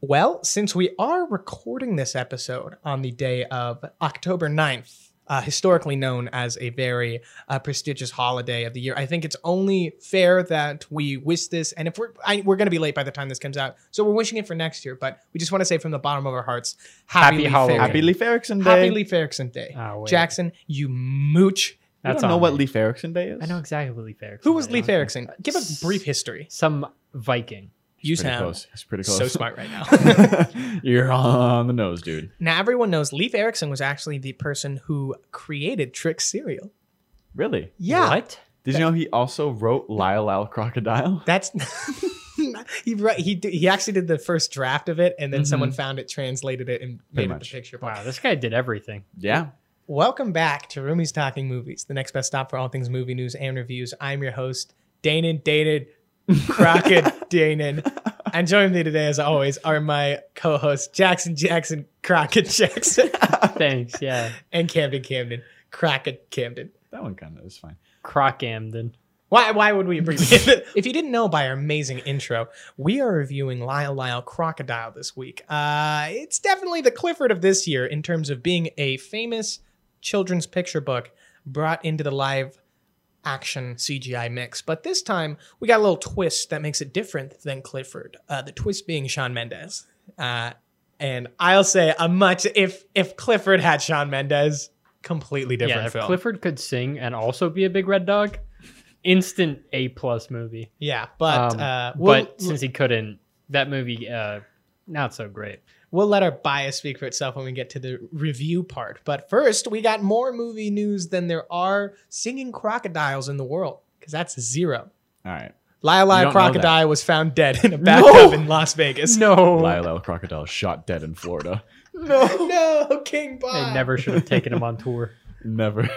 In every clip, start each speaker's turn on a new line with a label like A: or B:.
A: Well, since we are recording this episode on the day of October 9th, uh, historically known as a very uh, prestigious holiday of the year, I think it's only fair that we wish this. And if we're I, we're going to be late by the time this comes out, so we're wishing it for next year. But we just want to say from the bottom of our hearts,
B: Happy
A: Leif Erikson.
B: Halloween. Happy
C: Happy Leif Erikson Day.
A: Happy Leif Erikson Day.
B: Oh, wait.
A: Jackson, you mooch.
C: I
B: That's
C: don't know
B: on
C: what
B: me.
C: Leif Erikson Day is.
B: I know exactly what Leif Erikson.
A: Who was
B: is.
A: Leif
B: Okay.
A: Erikson? Give a brief history.
B: Some Viking.
A: You
C: Pretty
A: sound
C: close. He's pretty close.
A: so smart right now.
C: You're on the nose, dude.
A: now everyone knows Leif Erikson was actually the person who created Trick cereal.
C: Really?
A: Yeah,
B: What?
C: Did you know he also wrote Lyle Lyle Crocodile?
A: that's he wrote, he d- he actually did the first draft of it, and then
B: Mhm.
A: someone found it, translated it, and
C: Mm-hmm. Pretty
A: made it the
C: much.
A: picture.
B: Wow, this guy did everything.
C: Yeah.
A: Welcome back to Rumi's Talking Movies, the next best stop for all things movie news and reviews. I'm your host, Danon Dated Crockett Danon. And joining me today, as always, are my co hosts, Jackson Jackson, Crockett Jackson,
B: Thanks. Yeah.
A: and Camden Camden, Crockett Camden.
C: That one kind of is fine.
B: Croc Amden.
A: Why, why would we abbreviate it? If you didn't know by our amazing intro, we are reviewing Lyle Lyle Crocodile this week. Uh, it's definitely the Clifford of this year in terms of being a famous children's picture book brought into the live action CGI mix. But this time, we got a little twist that makes it different than Clifford. Uh, the twist being Sean Mendes. Uh, and I'll say a much, if if Clifford had Sean Mendes, completely different
B: yeah, if
A: film.
B: Clifford could sing and also be a big red dog, instant A plus movie.
A: yeah, but,
B: Um,
A: uh, we'll-
B: but since he couldn't, that movie uh, not so great.
A: We'll let our bias speak for itself when we get to the review part. But first, we got more movie news than there are singing crocodiles in the world, because that's zero.
C: All right.
A: Lyle
C: You don't
A: Lyle
C: know
A: Crocodile was found dead in a bathtub
B: No!
A: in Las Vegas.
B: No,
C: Lyle Lyle Crocodile shot dead in Florida.
A: No, no, King
B: they
A: Bob.
B: never should have taken him on tour.
C: Never.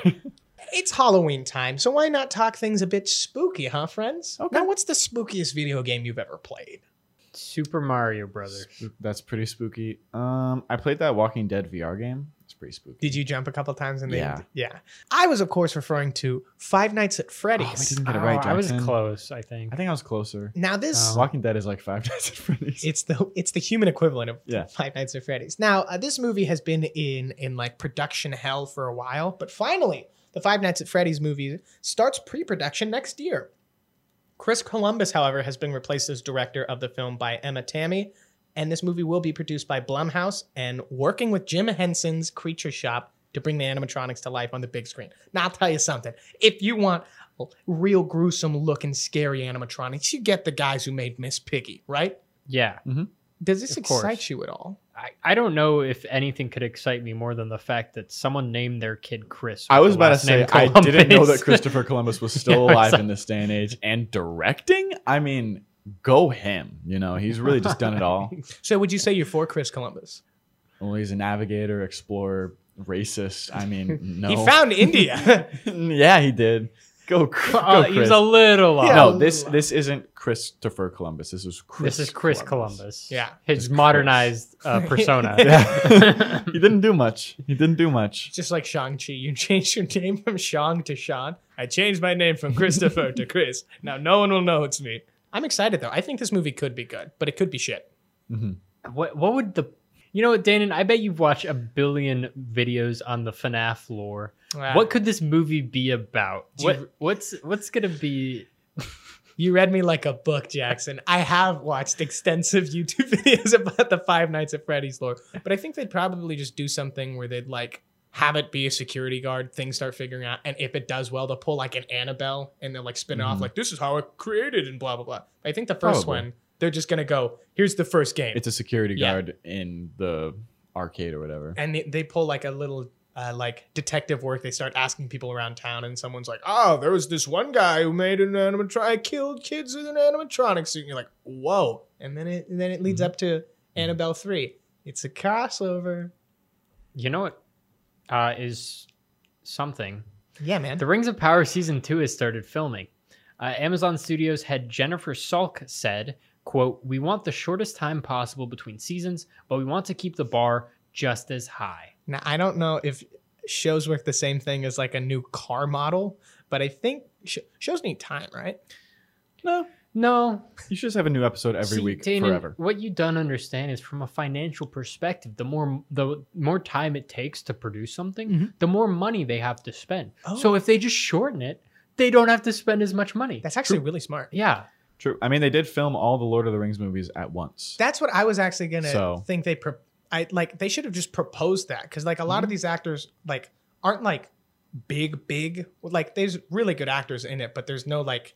A: It's Halloween time, so why not talk things a bit spooky, huh, friends?
C: Okay.
A: Now, what's the spookiest video game you've ever played?
B: Super Mario Brothers.
C: Spook- That's pretty spooky. Um, I played that Walking Dead VR game. It's pretty spooky.
A: Did you jump a couple times in the
C: Yeah.
A: yeah? I was, of course, referring to Five Nights at Freddy's.
C: Oh, we didn't get it right,
B: Oh, I was
C: Jackson.
B: close. I think.
C: I think I was closer.
A: now this
B: Um,
C: Walking Dead is like Five Nights at Freddy's.
A: It's the it's the human equivalent of
C: Yeah.
A: Five Nights at Freddy's. Now, uh, this movie has been in in like production hell for a while, but finally, the Five Nights at Freddy's movie starts pre-production next year. Chris Columbus, however, has been replaced as director of the film by Emma Tammy, and this movie will be produced by Blumhouse and working with Jim Henson's Creature Shop to bring the animatronics to life on the big screen. Now, I'll tell you something. If you want real gruesome looking scary animatronics, you get the guys who made Miss Piggy, right?
B: Yeah,
A: Does this
B: Of course.
A: excite you at all?
B: I, I don't know if anything could excite me more than the fact that someone named their kid Chris.
C: I
B: with
C: was
B: the
C: about to
B: last name
C: say I didn't know
B: Columbus.
C: that Christopher Columbus was still
B: Yeah,
C: alive
B: so-
C: in this day and age and directing. I mean, go him. You know, he's really just done it all.
A: So would you say you're for Chris Columbus?
C: Well, he's a navigator, explorer, racist. I mean, no.
A: He found India.
C: yeah, he did. Go, Cr- go
B: Oh, he
C: Chris.
B: was a little off.
C: no, this this isn't Christopher Columbus. This is Chris.
B: this is Chris Columbus.
A: Yeah.
B: his
C: Just
B: modernized uh, persona.
C: Yeah. he didn't do much. He didn't do much.
A: Just like Shang-Chi, you changed your name from Shang to Sean. I changed my name from Christopher to Chris. Now no one will know it's me. I'm excited though. I think this movie could be good, but it could be shit.
C: Mm-hmm.
B: What what would the you know what, Danon? I bet you've watched a billion videos on the FNAF lore.
A: Wow.
B: What could this movie be about?
A: Do
B: What
A: you-
B: what's what's gonna be?
A: You read me like a book, Jackson. I have watched extensive YouTube videos about the Five Nights at Freddy's lore, but I think they'd probably just do something where they'd like have it be a security guard, things start figuring out, and if it does well, they'll pull like an Annabelle and they'll like spin off
C: Mhm.
A: like this is how it created and blah blah blah. I think the first
C: Probably.
A: one they're just gonna go here's the first game,
C: It's a security
A: Yeah.
C: guard in the arcade or
B: Eh.
C: whatever.
A: and they, they pull like a little. Uh, like detective work, they start asking people around town, and someone's like, "Oh, there was this one guy who made an animatronic, killed kids with an animatronic suit." And you're like, "Whoa!" And then it and then it leads
C: Mhm.
A: up to Annabelle three. It's a crossover.
B: You know what uh, is something
A: Yeah, man.
B: The Rings of Power season two has started filming. Uh, Amazon Studios head Jennifer Salk said, "quote We want the shortest time possible between seasons, but we want to keep the bar just as high."
A: Now I don't know if shows work the same thing as like a new car model, but I think sh- shows need time, right?
C: No,
B: No,
C: You should just have a new episode every
B: See,
C: week
B: Tannen,
C: forever.
B: What you don't understand is from a financial perspective, the more the more time it takes to produce something,
A: Mhm.
B: the more money they have to spend.
A: Oh.
B: So if they just shorten it, they don't have to spend as much money.
A: That's actually really smart.
B: yeah.
C: True. I mean, they did film all the Lord of the Rings movies at once.
A: That's what I was actually gonna
C: So-
A: think they pro- I like they should have just proposed that because like a
C: Mm-hmm.
A: lot of these actors like aren't like big big like there's really good actors in it but there's no like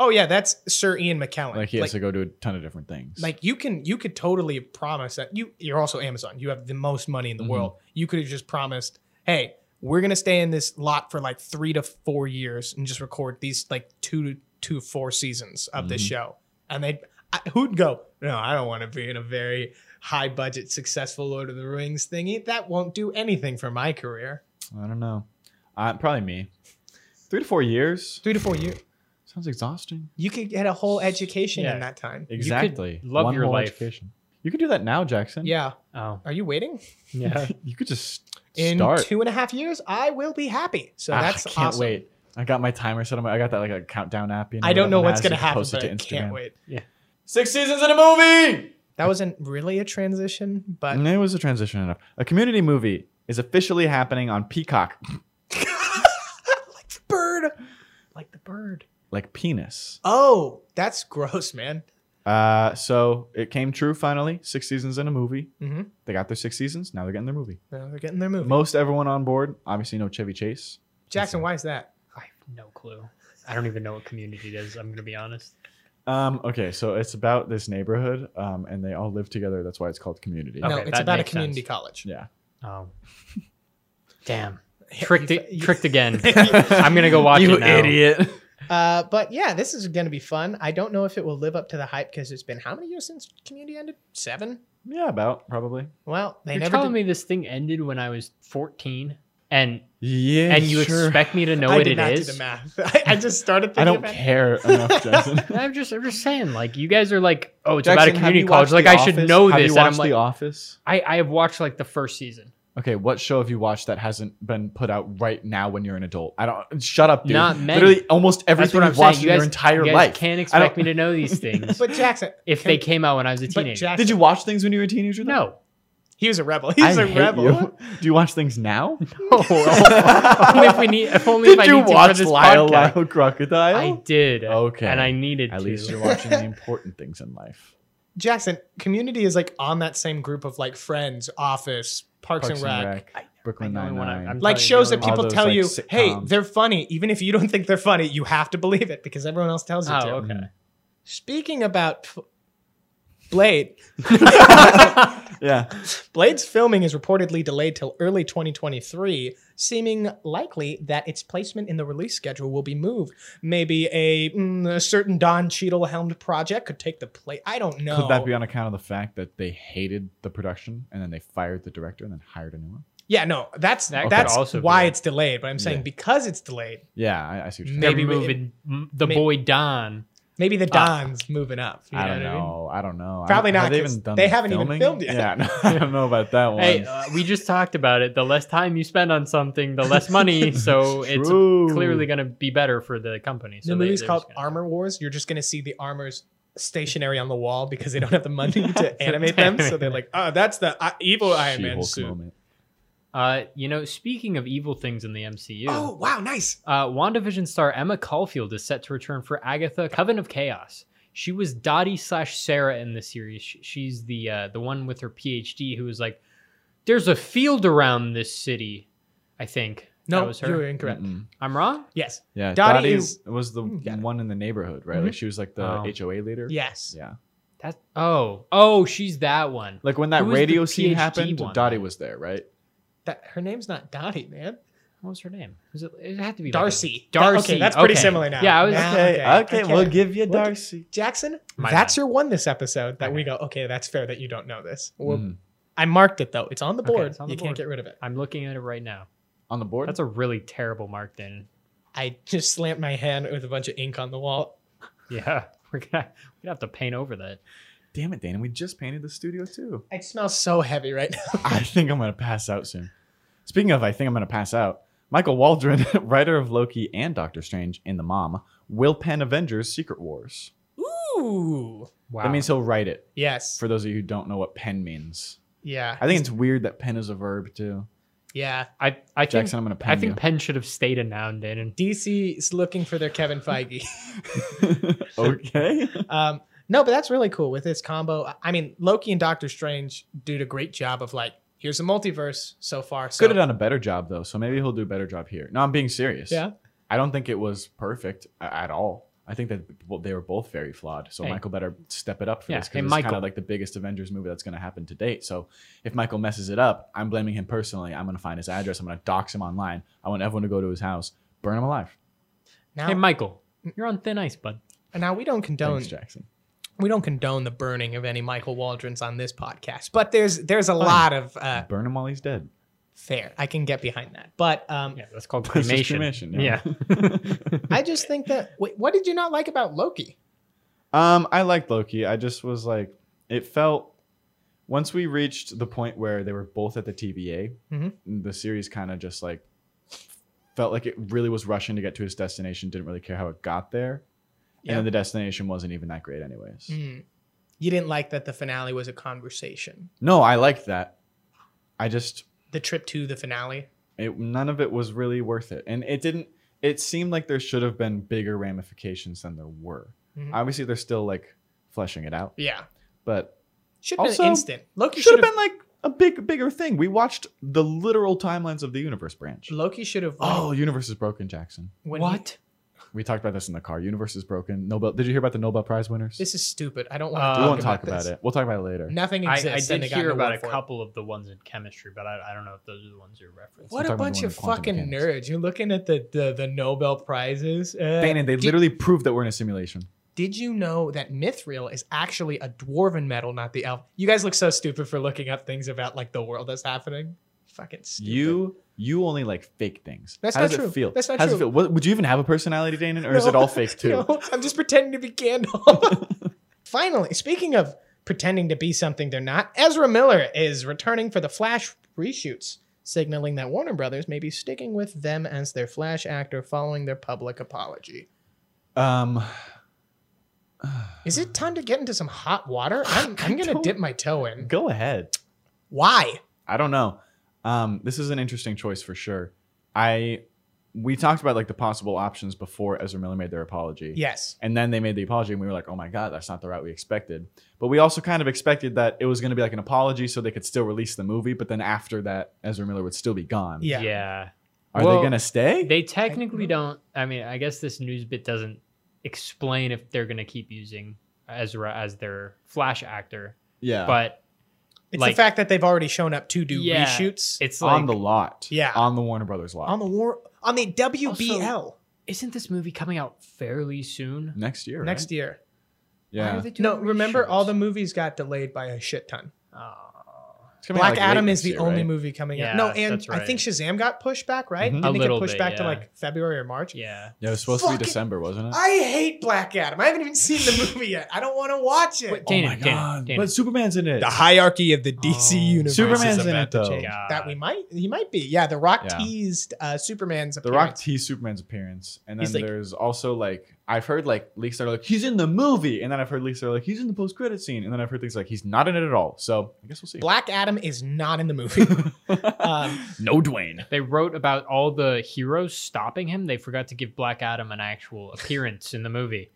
A: oh yeah that's Sir Ian McKellen
C: like he has to go do a ton of different things.
A: like you can you could totally promise that you you're also Amazon you have the most money in the
C: Mhm.
A: world you could have just promised hey we're gonna stay in this lot for like three to four years and just record these like two to two four seasons of this
C: Mhm.
A: show and they I, who'd go no I don't want to be in a very high budget successful Lord of the Rings thingy that won't do anything for my career
C: I don't know. Uh, probably me. Three to four years
A: three to four years
C: sounds exhausting.
A: you could get a whole education
B: Yeah.
A: in that time
C: Exactly.
B: love your
C: whole
B: life.
C: Education. You could do that now, Jackson.
A: yeah
B: Oh.
A: are you waiting
B: Yeah.
C: you could just
A: in
C: start.
A: two and a half years I will be happy so
C: Ah,
A: that's
C: I can't
A: awesome.
C: wait. I got my timer set. on my- I got that like a countdown app. You know,
A: I don't
C: that
A: know
C: one
A: what's
C: has, you
A: gonna
C: can
A: happen,
C: post it
A: but
C: to
A: I can't
C: Instagram.
A: wait.
C: Six seasons in a movie.
A: That wasn't really a transition, but
B: Mm.
C: And it was a transition enough. A community movie is officially happening on Peacock,
A: like the bird, like the bird.
C: like penis.
A: Oh, that's gross, man.
C: Uh, so it came true finally. Six seasons in a movie.
A: Mm-hmm.
C: They got their six seasons. Now they're getting their movie.
A: No, they're getting their movie.
C: Most everyone on board. Obviously, no Chevy Chase.
A: Jackson, why is that?
B: I have no clue. I don't even know what community it is, I'm gonna be honest.
C: Um, okay, so it's about this neighborhood, um, and they all live together. That's why it's called Community.
A: no,
B: Okay,
A: it's
B: that
A: about a
B: makes
A: community
B: sense.
A: college.
C: Yeah.
B: Oh. Damn.
A: Yeah,
B: Tricked
A: you-
B: it,
A: you-
B: tricked again. I'm gonna go watch
C: you
B: it now.
C: idiot.
A: Uh, but yeah, this is going to be fun. I don't know if it will live up to the hype because it's been how many years since Community ended? Seven.
C: Yeah, about probably.
A: Well, they
B: You're
A: never.
B: telling
A: did-
B: me this thing ended when I was 14 and
C: Yeah.
B: and you
C: sure.
B: expect me to know
A: I
B: what
A: did
B: it
A: not
B: is?
A: do the math. I, I just started thinking
C: I don't
A: about it.
C: care enough, Jackson.
B: I'm just I'm just saying, like you guys are like, oh, it's about
C: Jackson,
B: a
C: have
B: community
C: you
B: college. Like
C: watched The
B: I should
C: Office?
B: know
C: Have
B: this.
C: You
B: And
C: watched
B: I'm like,
C: The Office.
B: I I have watched like the first season,
C: Okay, what show have you watched that hasn't been put out right now when you're an adult? I don't. Shut up, dude.
B: not many.
C: Literally, almost
B: That's
C: everything
B: what I'm
C: you've watched
B: saying.
C: in
B: You guys,
C: your entire
B: you guys
C: life.
B: can't
C: I don't-
B: expect me to know these things
A: But Jackson,
B: if
A: can-
B: they came out when I was a
A: but
B: teenager.
A: Jackson,
C: Did you watch things when you were a teenager? though?
B: no,
A: He was a rebel. He
C: I
A: was a
C: hate
A: rebel.
C: you. Do you watch things now? Oh,
B: only if we need, if only
C: Did
B: if I
C: you
B: need
C: watch
B: to for this
C: Lyle
B: podcast.
C: Lyle Crocodile?
B: I did.
C: Okay.
B: and I needed
C: At
B: to.
C: least you're watching the important things in life.
A: Jackson, Community is like on that same group of like Friends, Office, Parks, and Rec.
C: Brooklyn
B: I know
C: Nine
B: when I-
C: Nine.
B: I'm-
A: Like
B: Probably
A: shows
B: doing
A: that
C: all
A: people
C: those,
A: tell
C: like,
A: you, hey,
C: sitcoms.
A: they're funny. Even if you don't think they're funny, you have to believe it because everyone else tells you
B: Oh,
A: to.
B: okay.
A: Speaking about f- Blade,
C: Mm-hmm. yeah.
A: Blade's filming is reportedly delayed till early 2023, seeming likely that its placement in the release schedule will be moved. Maybe a, mm, a certain Don Cheadle helmed project could take the place. I don't know.
C: Could that be on account of the fact that they hated the production and then they fired the director and then hired a new one?
A: yeah, no, that's
B: That could
A: that's
B: also be
A: why
B: it.
A: it's delayed. But I'm saying
C: Yeah.
A: because it's delayed,
C: Yeah, I, I see what you're saying.
A: Maybe
B: Maybe
A: we-
B: moving m- the
A: may-
B: boy Don.
A: Maybe the
B: Ah.
A: Don's moving up. You
C: I
A: know
C: don't
A: what I mean?
C: know. I don't know. I
A: Probably
C: don't-
A: not,
C: Have they
A: 'cause
C: even done
A: they
C: the
A: haven't even
C: filming?
A: filmed yet.
C: Yeah, no, I don't know about that one.
B: Hey, uh, we just talked about it. The less time you spend on something, the less money.
A: oh,
B: So it's
C: True.
B: clearly going to be better for the company. So
A: the
B: they-
A: movie's
B: they're
A: called
B: just gonna-
A: Armor Wars. You're just gonna see the armors stationary on the wall because they don't have the money
B: To
A: to animate them. So
B: animate
A: they're like, oh, that's the uh, evil Iron Man
C: She-Hulk
A: suit.
C: moment.
B: Uh, you know, speaking of evil things in the MCU,
A: Oh wow, nice.
B: uh, WandaVision star Emma Caulfield is set to return for Agatha: Coven of Chaos. She was Dottie slash Sarah in the series. Sh- She's the uh, the one with her PhD who was like, "There's a field around this city." I think that
A: No,
B: was
A: you
B: her.
A: were incorrect.
C: Mm-mm.
B: I'm wrong.
A: Yes,
C: Yeah,
A: Dottie
C: Dottie,
A: is-
C: was the
A: Mm, got it. Mm-hmm. Um,
C: one in the neighborhood, right? Like she was like the
B: Oh.
C: HOA leader.
A: yes.
C: Yeah.
B: That oh oh she's that one.
C: Like when that
B: Who was the
C: radio scene
B: PhD
C: happened,
B: one
C: Dottie
B: then?
C: was there, right?
A: That her name's not Dottie, man.
B: What was her name? Was it, it had to be like a-
A: Darcy. That-
B: Darcy.
A: okay, that's pretty
B: okay.
A: similar now.
B: Yeah, I was-
A: Now,
C: give you
A: Ah, We'll gi- Jackson,
B: My
A: that's your one this episode that
B: Okay.
A: we go, okay, that's fair that you don't know this. Well,
C: Mm.
A: I marked it though. It's on the
B: Okay,
A: board.
B: it's on the
A: you can't
B: board.
A: get rid of it.
B: I'm looking at it right now.
C: On the board?
B: That's a really terrible mark, then.
A: I just slammed my hand with a bunch of ink on the wall.
B: Yeah, we're gonna we're gonna have to paint over that.
C: Damn it, Dana. We just painted the studio too.
A: It smells so heavy right now.
C: I think I'm going to pass out soon. Speaking of, I think I'm going to pass out. Michael Waldron, writer of Loki and Doctor Strange in The Mom, will pen Avengers Secret Wars.
A: Ooh.
B: Wow.
C: That means he'll write it.
A: Yes.
C: For those of you who don't know what pen means,
A: yeah.
C: I think it's weird that pen is a verb too.
A: Yeah.
B: I I think
C: Jackson, I'm gonna pen
B: I think
C: you.
B: Penn should have stayed a noun, Dan.
A: DC is looking for their Kevin Feige.
C: okay.
A: um, no, but that's really cool with this combo. I- I mean, Loki and Doctor Strange did a great job of like, here's the multiverse so far. So
C: Could have done a better job though, so maybe he'll do a better job here. No, I'm being serious.
A: Yeah.
C: I don't think it was perfect a- at all. I think that well, they were both very flawed. So
B: Hey.
C: Michael better step it up for
B: Yeah,
C: this
B: hey,
C: because it's kind
B: Michael.
C: of like the biggest Avengers movie that's going to happen to date. So if Michael messes it up, I'm blaming him personally. I'm going to find his address. I'm going to dox him online. I want everyone to go to his house, burn him alive.
A: Now,
B: Hey, Michael, you're on thin ice, bud.
A: now we don't condone
C: Thanks, Jackson.
A: we don't condone the burning of any Michael Waldrons on this podcast, but there's there's a lot of uh,
C: burn him while he's dead.
A: fair. I can get behind that, but um,
B: Yeah, that's called
C: That's just
B: cremation.
C: cremation,
B: yeah.
C: yeah.
A: I just think that. Wait, what did you not like about Loki?
C: Um, I liked Loki. I just was like, it felt once we reached the point where they were both at the TVA,
A: Mhm.
C: the series kind of just like felt like it really was rushing to get to its destination. Didn't really care how it got there,
A: Yeah.
C: and then the destination wasn't even that great, anyways.
B: Hmm.
A: Mm. You didn't like that the finale was a conversation.
C: No, I liked that. I just
A: The trip to the finale.
C: it, none of it was really worth it, and it didn't. It seemed like there should have been bigger ramifications than there were.
A: Mhm.
C: Obviously, they're still like fleshing it out,
A: Yeah,
C: but
A: should have been
C: Also,
A: an instant. Loki
C: should have
A: should
C: been like a big bigger thing. We watched the literal timelines of the universe branch.
A: Loki should have.
C: Oh, universe is broken, Jackson.
A: when he-
B: what?
C: We talked about this in the car. Universe is broken. Nobel. Did you hear about the Nobel Prize winners?
A: this is stupid. I don't
B: Uh,
A: want
C: we
A: to
C: won't
A: talk
C: talk
A: about,
C: about
A: this.
C: it. We'll talk about it later.
A: Nothing
B: I, I
A: exists. and
B: did
A: they got an
B: hear about
A: award
B: a
A: for it.
B: couple of the ones in chemistry, but I, I don't know if those are the ones you're referencing.
A: What
C: I'm
A: a
C: talking about
A: bunch
C: the one
A: of
C: in quantum
A: fucking
C: mechanics.
A: nerds! You're looking at the the, the Nobel prizes. Uh,
C: Bannon, they
A: did-
C: literally proved that we're in a simulation.
A: Did you know that mithril is actually a dwarven metal, not the elf? You guys look so stupid for looking up things about like the world that's happening. Fucking stupid.
C: You you only like fake things.
A: That's
C: How
A: not
C: does
A: true.
C: It feel?
A: That's not
C: How Does
A: true.
C: it feel? What, would you even have a personality, Danon, or is it
A: No.
C: all fake too?
A: No, I'm just pretending to be Gandalf. Finally, speaking of pretending to be something they're not, Ezra Miller is returning for the Flash reshoots, signaling that Warner Brothers may be sticking with them as their Flash actor following their public apology.
C: Um,
A: Is it time to get into some hot water? I'm, I'm going to
C: don't-
A: dip my toe in.
C: go ahead.
A: Why?
C: I don't know. Um, this is an interesting choice for sure. I we talked about like the possible options before Ezra Miller made their apology.
A: Yes.
C: And then they made the apology, and we were like, "Oh my god, that's not the route we expected." But we also kind of expected that it was going to be like an apology, so they could still release the movie. But then after that, Ezra Miller would still be gone.
A: Yeah.
B: yeah.
C: Are
B: Well,
C: they going to stay?
B: They technically
A: know.
B: don't. I mean, I guess this news bit doesn't explain if they're going to keep using Ezra as their Flash actor,
C: yeah.
B: but
A: It's
B: Like-
A: the fact that they've already shown up to do
B: Yeah.
A: reshoots
B: it's like,
C: on the lot.
A: Yeah.
C: On the Warner Brothers lot.
A: on the war on the WBL
B: isn't this movie coming out fairly soon?
C: next year.
A: next year.
C: year.
B: Why
C: Yeah.
B: are they doing
A: No, remember all the
B: reshoots?
A: movies got delayed by a shit ton.
B: Oh.
C: It's coming out,
A: Black
C: like, late
A: Adam is
C: next
A: the
C: year,
A: only
C: right?
A: movie coming out.
B: Yeah,
A: No, and
B: that's
A: I think
B: right. Mm-hmm.
A: Shazam got pushed back, right?
C: Mhm.
A: Didn't
B: A
A: it
B: little
A: get pushed
B: bit,
A: back to
B: yeah.
A: like February or March?
B: Yeah.
C: Yeah, it was supposed to be
A: Fucking-
C: December, wasn't it?
A: I hate Black Adam. I haven't even seen the movie yet. I don't want to watch it.
B: Wait, Dana, Dana, Dana.
C: But Superman's in it.
A: the hierarchy of the DC
B: Oh.
A: universe
C: Superman's
A: is
C: in
A: about
C: it,
A: to
C: though.
A: change.
B: God.
A: That we might, he might be. Yeah, The Rock
C: Yeah.
A: teased uh, Superman's.
C: The Rock
A: appearance.
C: teased Superman's appearance, and then
A: He's like-
C: there's also like I've heard like leaks that are like he's in the movie, and then I've heard leaks that are like he's in the post credit scene, and then I've heard things like he's not in it at all. So I guess we'll see.
A: Black Adam is not in the movie. um,
C: no Dwayne.
B: They wrote about all the heroes stopping him. They forgot to give Black Adam an actual appearance in the movie.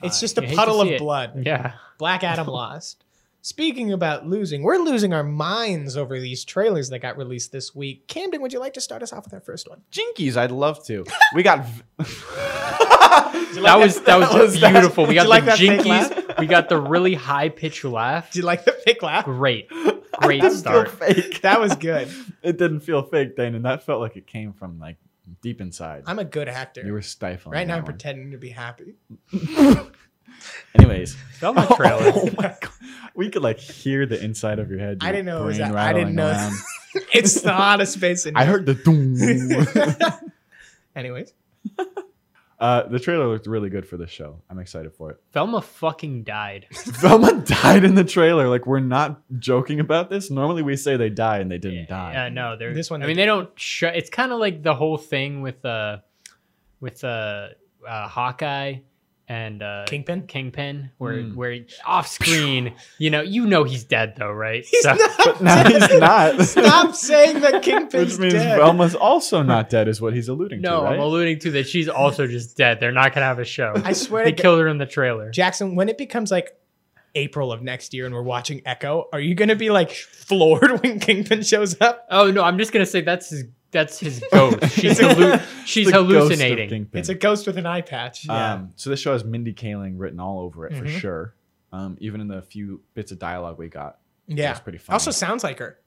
A: it's
B: Uh,
A: just a
B: you hate to
A: puddle
B: see
A: of
B: it.
A: blood.
B: Yeah.
A: Black Adam lost. Speaking about losing, we're losing our minds over these trailers that got released this week. Camden, would you like to start us off with our first one?
C: Jinkies, I'd love to. We got. v-
B: that was that was,
A: that-
B: beautiful.
A: did
B: we got
A: you like
B: the
A: that fake
B: jinkies.
A: laugh?
B: We got the really high pitch laugh.
A: Do you like the fake laugh?
B: Great,
C: It
B: great
C: didn't
B: start.
C: feel fake.
A: That was good.
C: It didn't feel fake, Dane, and that felt like it came from like deep inside.
A: I'm a good
C: you
A: actor.
C: were stifling.
A: Right now, I'm
C: that one.
A: pretending to be happy.
C: Anyways,
B: Felt like trailer.
C: Oh my god, we could like hear the inside of your head.
A: I
C: your
A: didn't know it was
C: brain
A: that- I didn't
C: rattling
A: know-
C: around.
A: It's the hottest space in
C: I heard the doom.
A: Anyways,
C: Uh, the trailer looked really good for this show. I'm excited for it.
B: Velma fucking died.
C: Velma died in the trailer. Like we're not joking about this. Normally we say they die and they didn't die.
B: Yeah, no, they're,
A: This
B: this
A: one
B: one.
A: they
B: I mean, they don't. Sh- it's kind of like the whole thing with uh, with uh, uh Hawkeye and uh,
A: Kingpin.
B: Kingpin, where
C: Hmm.
B: where off screen, you know, you know he's dead though, right?
A: He's
B: So-
A: not.
C: No, he's not.
A: Stop saying that Kingpin's
C: Which means
A: dead.
C: Velma's also not dead, is what he's alluding
B: no,
C: to, right?
B: I'm alluding to that she's also just dead. They're not gonna have a show.
A: I swear
B: They
A: to God,
B: killed her in the trailer.
A: Jackson. When it becomes like April of next year and we're watching Echo, are you gonna be like floored when Kingpin shows up?
B: Oh no, I'm just gonna say that's his that's his ghost. She's
A: It's a-
B: hallu- she's
C: The ghost of
B: hallucinating.
C: Kingpin.
A: It's a ghost with an eye patch.
C: Um, so this show has Mindy Kaling written all over it for
B: Mm-hmm.
A: Mhm.
C: sure. Um, even in the few bits of dialogue we got, it
A: yeah.
C: was pretty funny.
A: Also sounds like her.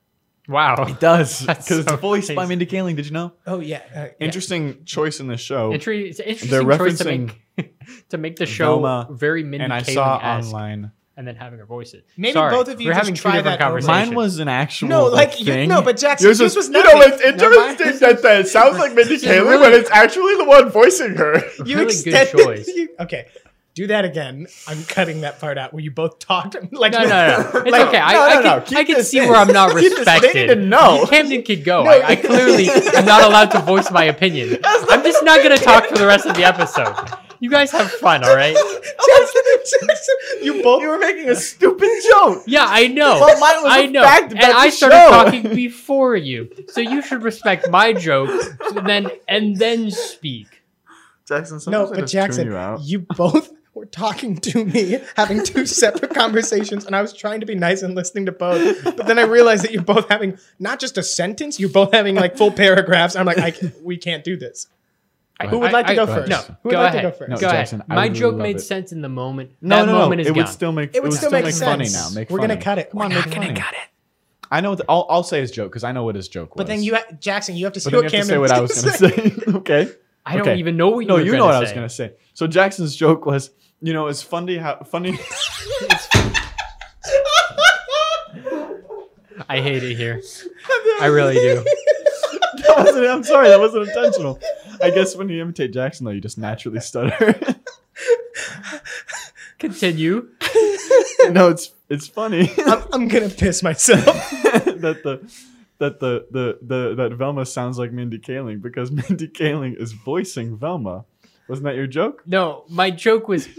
B: Wow.
C: it does
B: That's
C: because it's
B: so
C: fully spy
B: crazy.
C: Mindy Kaling. Did you know?
A: Oh yeah. Uh, yeah.
C: Interesting choice in this show.
B: Intre- it's an
C: They're
B: interesting choice to
C: referencing
B: make to make the show
C: Velma,
B: very Mindy
C: and I
B: Kaling
C: saw
B: esque
C: online.
B: and then having her voice it.
A: Maybe
B: Sorry,
A: both of you
B: we're
A: just
B: having two
A: try
B: different
A: that over.
B: conversations.
C: Mine was an actual.
A: No, like you,
C: thing.
A: no, but Jackson,
C: Yours
A: yours
C: was-
A: was
C: you
A: nothing.
C: know, it's interesting
A: Never
C: that that sounds like Mindy
B: It's a
C: Kaling,
B: really-
C: but it's actually the one voicing her.
A: You
B: really good
A: extended.
B: choice.
A: you- okay, do that again. I'm cutting that part out where you both talked. Like
B: No, no, no. It's
A: like-
B: okay. I,
C: no,
B: I
C: no, no.
B: can,
C: Keep
B: I can
C: this
B: see
C: in.
B: where I'm not
C: Keep this-
B: respected.
C: They need to know.
B: Camden could go.
C: No,
B: I, I clearly am not allowed to voice my opinion. I'm just not going to talk for the rest of the episode. You guys have fun, all right?
A: Jackson, Jackson, you both.
C: were making a stupid joke.
B: Yeah, I know.
C: Well, mine was
B: I
C: a
B: know.
C: fact
B: and
C: about
B: I
C: the
B: started
C: show.
B: talking before you, so you should respect my joke. and Then and then speak.
C: Jackson,
A: no, but Jackson, you, both were talking to me, having two separate conversations, and I was trying to be nice and listening to both. But then I realized that you're both having not just a sentence, you're both having like full paragraphs. I'm like, I, ca- we can't do this. Who would like to go
B: I-
A: first?
B: No,
A: Who would
B: go
A: like to
B: ahead.
A: go first?
C: No,
B: go
C: Jackson, I
B: ahead. My joke
C: love
B: made
C: it.
B: sense in the moment. that
C: No, no,
B: moment
C: no.
B: is
C: It would
B: gone.
C: still make
A: It would still, make
C: funny
A: sense.
C: now. Make
A: We're
C: funny.
A: gonna cut it.
C: Come on,
A: We're
C: make
A: not gonna
C: funny.
A: cut it.
C: I know. th- I'll, I'll say his joke because I know what his joke was.
A: But then you, ha- Jackson, you have to see
C: But then
A: what
C: you have to
A: Camden
C: say what I was
A: gonna
C: going to say. okay.
B: I don't
C: Okay.
B: even know what you
C: No,
B: were
C: you
B: gonna
C: know what
B: say.
C: I was going to say. So Jackson's joke was, you know, it's funny how funny.
B: I hate it here. I really do.
C: that wasn't, I'm sorry, that wasn't intentional. I guess when you imitate Jackson, though, you just naturally stutter.
B: Continue.
C: no, it's it's funny.
A: I'm, I'm gonna piss myself.
C: that the that the, the the that Velma sounds like Mindy Kaling because Mindy Kaling is voicing Velma. Wasn't that your joke?
B: No, my joke was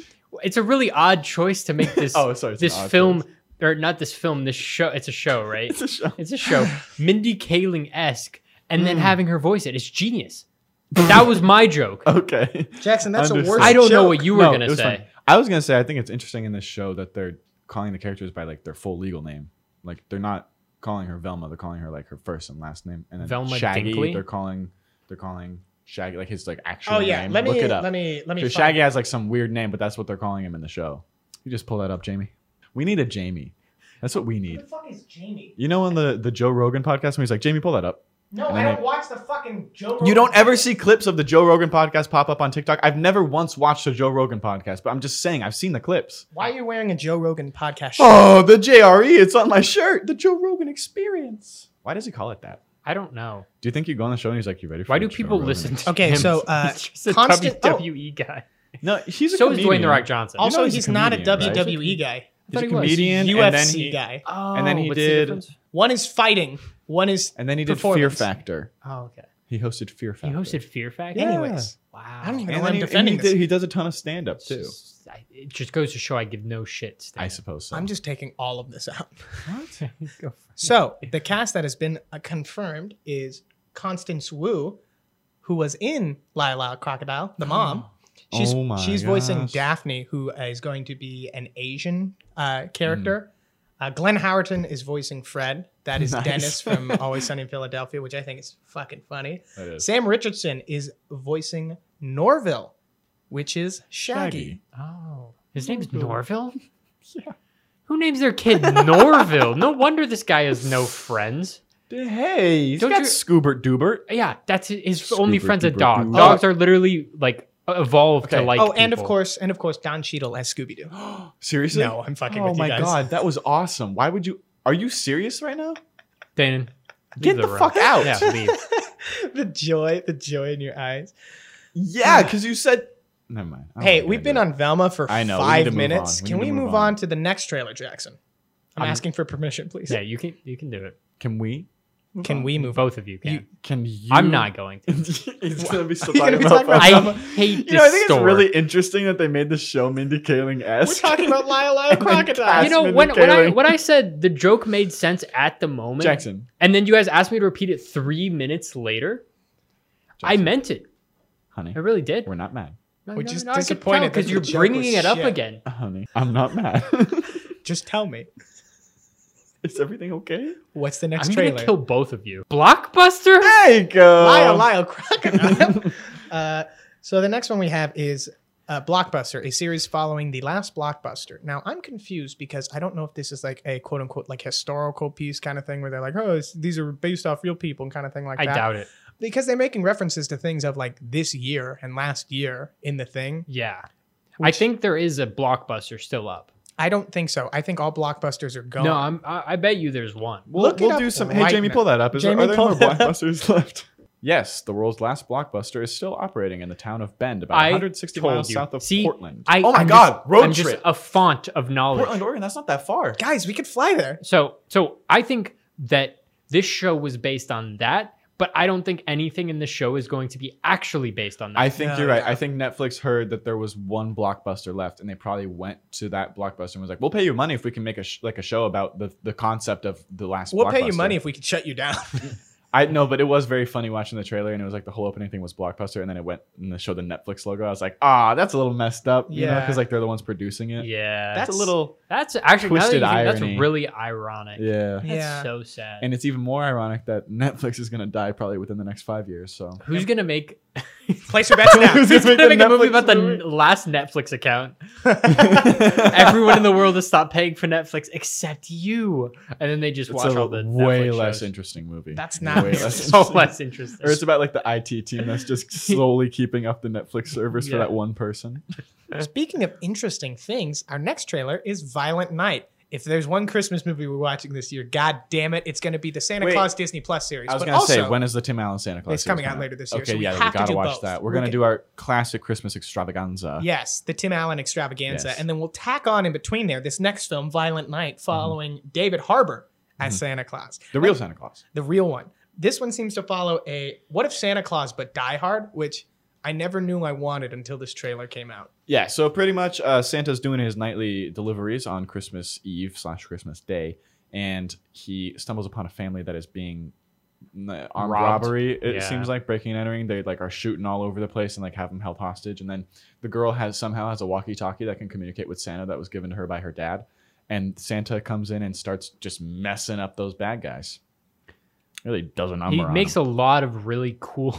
B: it's a really odd choice to make this
C: Oh, sorry. it's an
B: this
C: odd
B: film
C: choice.
B: or not this film, this show it's a show, right?
C: It's a show.
B: It's a show. Mindy Kaling esque and then
C: Mm.
B: having her voice it. It's genius. That was my joke.
C: Okay.
A: Jackson, that's the
C: Understood.
A: worst.
B: I don't know
A: joke.
B: what you were
C: No, it
B: gonna
C: was
B: say.
C: fine. I was gonna say I think it's interesting in this show that they're calling the characters by like their full legal name. Like they're not calling her Velma, they're calling her like her first and last name. And then
B: Velma
C: Shaggy,
B: Dinkley?
C: they're calling they're calling Shaggy like his like actual
A: Oh yeah,
C: name.
A: let me
C: Look it up.
A: let me let me.
C: So
A: find-
C: Shaggy has like some weird name, but that's what they're calling him in the show. You just pull that up, Jamie. We need a Jamie. That's what we
A: Who
C: need.
A: the fuck is Jamie?
C: You know on the, the Joe Rogan podcast when he's like, Jamie, pull that up.
A: No,
C: And
A: I
C: then
A: don't watch the fucking Joe.
C: You
A: Rogan
C: don't ever
A: podcast.
C: see clips of the Joe Rogan podcast pop up on TikTok. I've never once watched a Joe Rogan podcast, but I'm just saying I've seen the clips.
A: Why are you wearing a Joe Rogan podcast? shirt?
C: Oh, the JRE, it's on my shirt. The Joe Rogan experience. Why does he call it that?
B: I don't know.
C: Do you think you go on the show and he's like, You ready for
B: Why
C: the
B: do
C: Joe
B: people
C: Rogan
B: listen to
A: Okay,
B: him?
A: so, uh,
B: He's just a
A: constant- oh.
B: WWE guy.
C: experience? No, he's a
B: So is
C: comedian.
B: Dwayne the Rock Johnson.
C: know
A: Also,
C: he's
A: he's,
C: a
A: not a
C: comedian, right?
A: WWE guy.
B: I thought
C: He's
B: he
C: a
B: was.
C: comedian. and then
A: UFC
C: he,
A: guy.
B: Oh,
C: And then he
B: what's the
C: did-
B: difference?
A: One is fighting. One is.
C: And then he did Fear
A: Performance.
C: Factor.
B: Oh, okay.
C: He hosted Fear
B: He
C: Factor.
B: hosted Fear Factor.
C: Yeah.
A: Anyways,
B: Wow.
A: I don't even know
C: And
A: why
C: then
A: I'm
C: he, and
A: defending
C: he, did,
A: this.
C: he does a ton of stand up
B: It's
C: too.
B: just- I- it just goes to show I give no shit. Stan.
C: I suppose so.
A: I'm just taking all of this out.
C: what?
B: Go for it.
A: So the cast that has been uh, confirmed is Constance Wu, who was in Lila Crocodile, the mom. She's
C: Oh my
A: she's voicing
C: gosh.
A: Daphne, who uh, is going to be an Asian
C: Mm-hmm.
A: uh, character. Uh, Glenn Howerton is voicing Fred. That is
C: Nice.
A: Dennis from Always Sunny in Philadelphia, which I think is fucking funny.
C: That is.
A: Sam Richardson is voicing Norville, which is Shaggy.
B: Oh, his name's Norville.
C: Yeah.
B: Who names their kid Norville? No wonder this guy has no friends.
C: Hey, he's
B: Don't
C: got
B: you-
C: Scoobert Dubert.
B: Yeah, that's his, his only
C: Scooby
B: friend's a
C: Doober
B: dog.
C: Doo.
B: Dogs are literally like e-, evolved to
C: Okay.
B: like.
A: oh, and of
B: people.
A: course, and of course, Don Cheadle as Scooby Doo.
C: Seriously?
A: No, I'm fucking
C: Oh
A: with you
C: my
A: guys.
C: god, that was awesome. Why would you? Are you serious right now?
B: Danon, leave
C: Get the,
B: room.
C: fuck out.
B: Yeah, leave.
A: the joy, the joy in your eyes.
C: Yeah, because you said. Never mind. I don't
A: Hey,
C: think I
A: we've
C: do
A: been
C: it.
A: on Velma for
C: Oh I know, we need to
A: five
C: move
A: minutes.
C: on. We
A: Can
C: need
A: we
C: to
A: move,
C: move
A: on.
C: on.
A: to the next trailer, Jackson? I'm,
B: I'm-
A: asking for permission, please.
B: Yeah, you can you can do it.
C: Can we
A: Can we move?
B: Both of you can.
A: You-
C: Can you?
B: I'm not going to.
C: He's gonna be still
A: He's gonna
C: talking
A: be
C: about.
A: talking about-
C: Fun-
B: I hate
C: you know, I
B: this
C: think
B: store.
C: it's really interesting that they made the show Mindy Kaling esque.
A: We're talking about Lyle Lyle
C: And then
A: Crocodile.
B: you know
C: Aspen
B: when,
C: and
B: when I
C: Kaling.
B: when I said the joke made sense at the moment,
C: Jackson.
B: and then you guys asked me to repeat it three minutes later. I
C: Jackson,
B: meant it.
C: honey,
B: I really did.
C: we're not mad,
A: We're just disappointed that
B: because
A: the
B: you're
A: joke
B: bringing
A: was
B: it up
A: shit.
B: again.
C: Uh, honey. I'm not mad.
A: Just tell me
C: Is everything okay?
A: what's the next
B: I'm
A: trailer?
B: gonna kill both of you. Blockbuster.
C: There you go.
A: Lyle Lyle Crocodile. uh, so the next one we have is uh, Blockbuster, a series following the last Blockbuster. Now I'm confused because I don't know if this is like a quote unquote like historical piece kind of thing where they're like, oh, it's, these are based off real people and kind of thing like
B: I
A: that.
B: doubt it.
A: because they're making references to things of like this year and last year in the thing.
B: Yeah, I
A: Which-
B: think there is a blockbuster still up.
A: I don't think so. I think all blockbusters are gone.
B: No, I'm, I, I bet you there's one.
C: We'll,
A: Look it
C: we'll
A: up
C: do some.
A: right
C: hey, Jamie,
A: now.
C: pull that up. Is there,
A: Jamie,
C: are there
A: pull
C: more
A: that up.
C: blockbusters left? Yes, the world's last blockbuster is still operating in the town of Bend, about
B: I
C: 160
B: told
C: miles
B: you.
C: south of
B: See,
C: Portland.
B: I,
C: oh my
B: I'm
C: God,
B: just-
C: road
B: I'm
C: trip.
B: just a font of knowledge.
C: Portland, Oregon. That's not that far.
A: Guys, we could fly there.
B: So so I think that this show was based on that, but I don't think anything in the show is going to be actually based on that.
C: I think
A: Yeah,
C: you're right.
A: yeah.
C: I think Netflix heard that there was one blockbuster left, and they probably went to that blockbuster and was like, "We'll pay you money if we can make a sh- like a show about the the concept of the last."
A: We'll pay you
C: blockbuster."
A: money if we could shut you down.
C: I know, but it was very funny watching the trailer, and it was like the whole opening thing was blockbuster, and then it went and they showed the Netflix logo. I was like, "Ah, that's a little messed up," you know,
A: Yeah.
C: because like they're the ones producing it.
B: yeah,
C: That's, a little
B: that's actually now that
C: twisted
B: you think,
C: irony.
B: that's really ironic.
C: yeah.
B: That's
A: Yeah.
B: so sad.
C: And it's even more ironic that Netflix is gonna die probably within the next five years. So
B: Who's gonna make
A: Place your bets now.
C: Who's
B: Who's
C: gonna
B: gonna
C: make
B: make a
C: the
B: movie
C: Netflix
B: about the
C: movie?
B: n- last Netflix account? Everyone in the world has stopped paying for Netflix except you, and then they just
C: it's
B: watch
C: a
B: all the
C: way
B: Netflix
C: less
B: shows.
C: interesting movie.
A: That's not
C: way less
B: so
C: interesting.
B: less interesting.
C: Or it's about like the IT team that's just slowly keeping up the Netflix servers for
B: Yeah.
C: that one person.
A: Speaking of interesting things, our next trailer is Violent Night. If there's one Christmas movie we're watching this year, god damn it, it's going to be the Santa
C: Wait.
A: Claus Disney Plus series.
C: I was
A: But
C: gonna say,
A: also-
C: when is the Tim Allen Santa Claus?
A: It's
C: series
A: coming out
C: coming
A: later this year,
C: Okay,
A: so we
C: yeah,
A: have
C: we
A: to
C: gotta
A: do
C: watch
A: both.
C: that. We're,
A: We're
C: gonna
A: get-
C: do our classic Christmas extravaganza.
A: Yes, the Tim Allen extravaganza.
C: Yes. Mm-hmm.
A: And then we'll tack on in between there this next film, Violent Night, following David Harbour as
C: Mhm.
A: Santa Claus,
C: the real Santa Claus.
A: the real one. This one seems to follow a what if Santa Claus but Die Hard, which I never knew I wanted until this trailer came out.
C: Yeah, so pretty much uh, Santa's doing his nightly deliveries on Christmas Eve slash Christmas Day, and he stumbles upon a family that is being uh, armed
B: Robbed.
C: robbery. It
B: Yeah.
C: seems like breaking and entering. They like are shooting all over the place and like have them held hostage. And then the girl has somehow has a walkie-talkie that can communicate with Santa that was given to her by her dad. And Santa comes in and starts just messing up those bad guys. Really does a number.
B: he
C: on
B: makes
C: them.
B: a lot of really cool,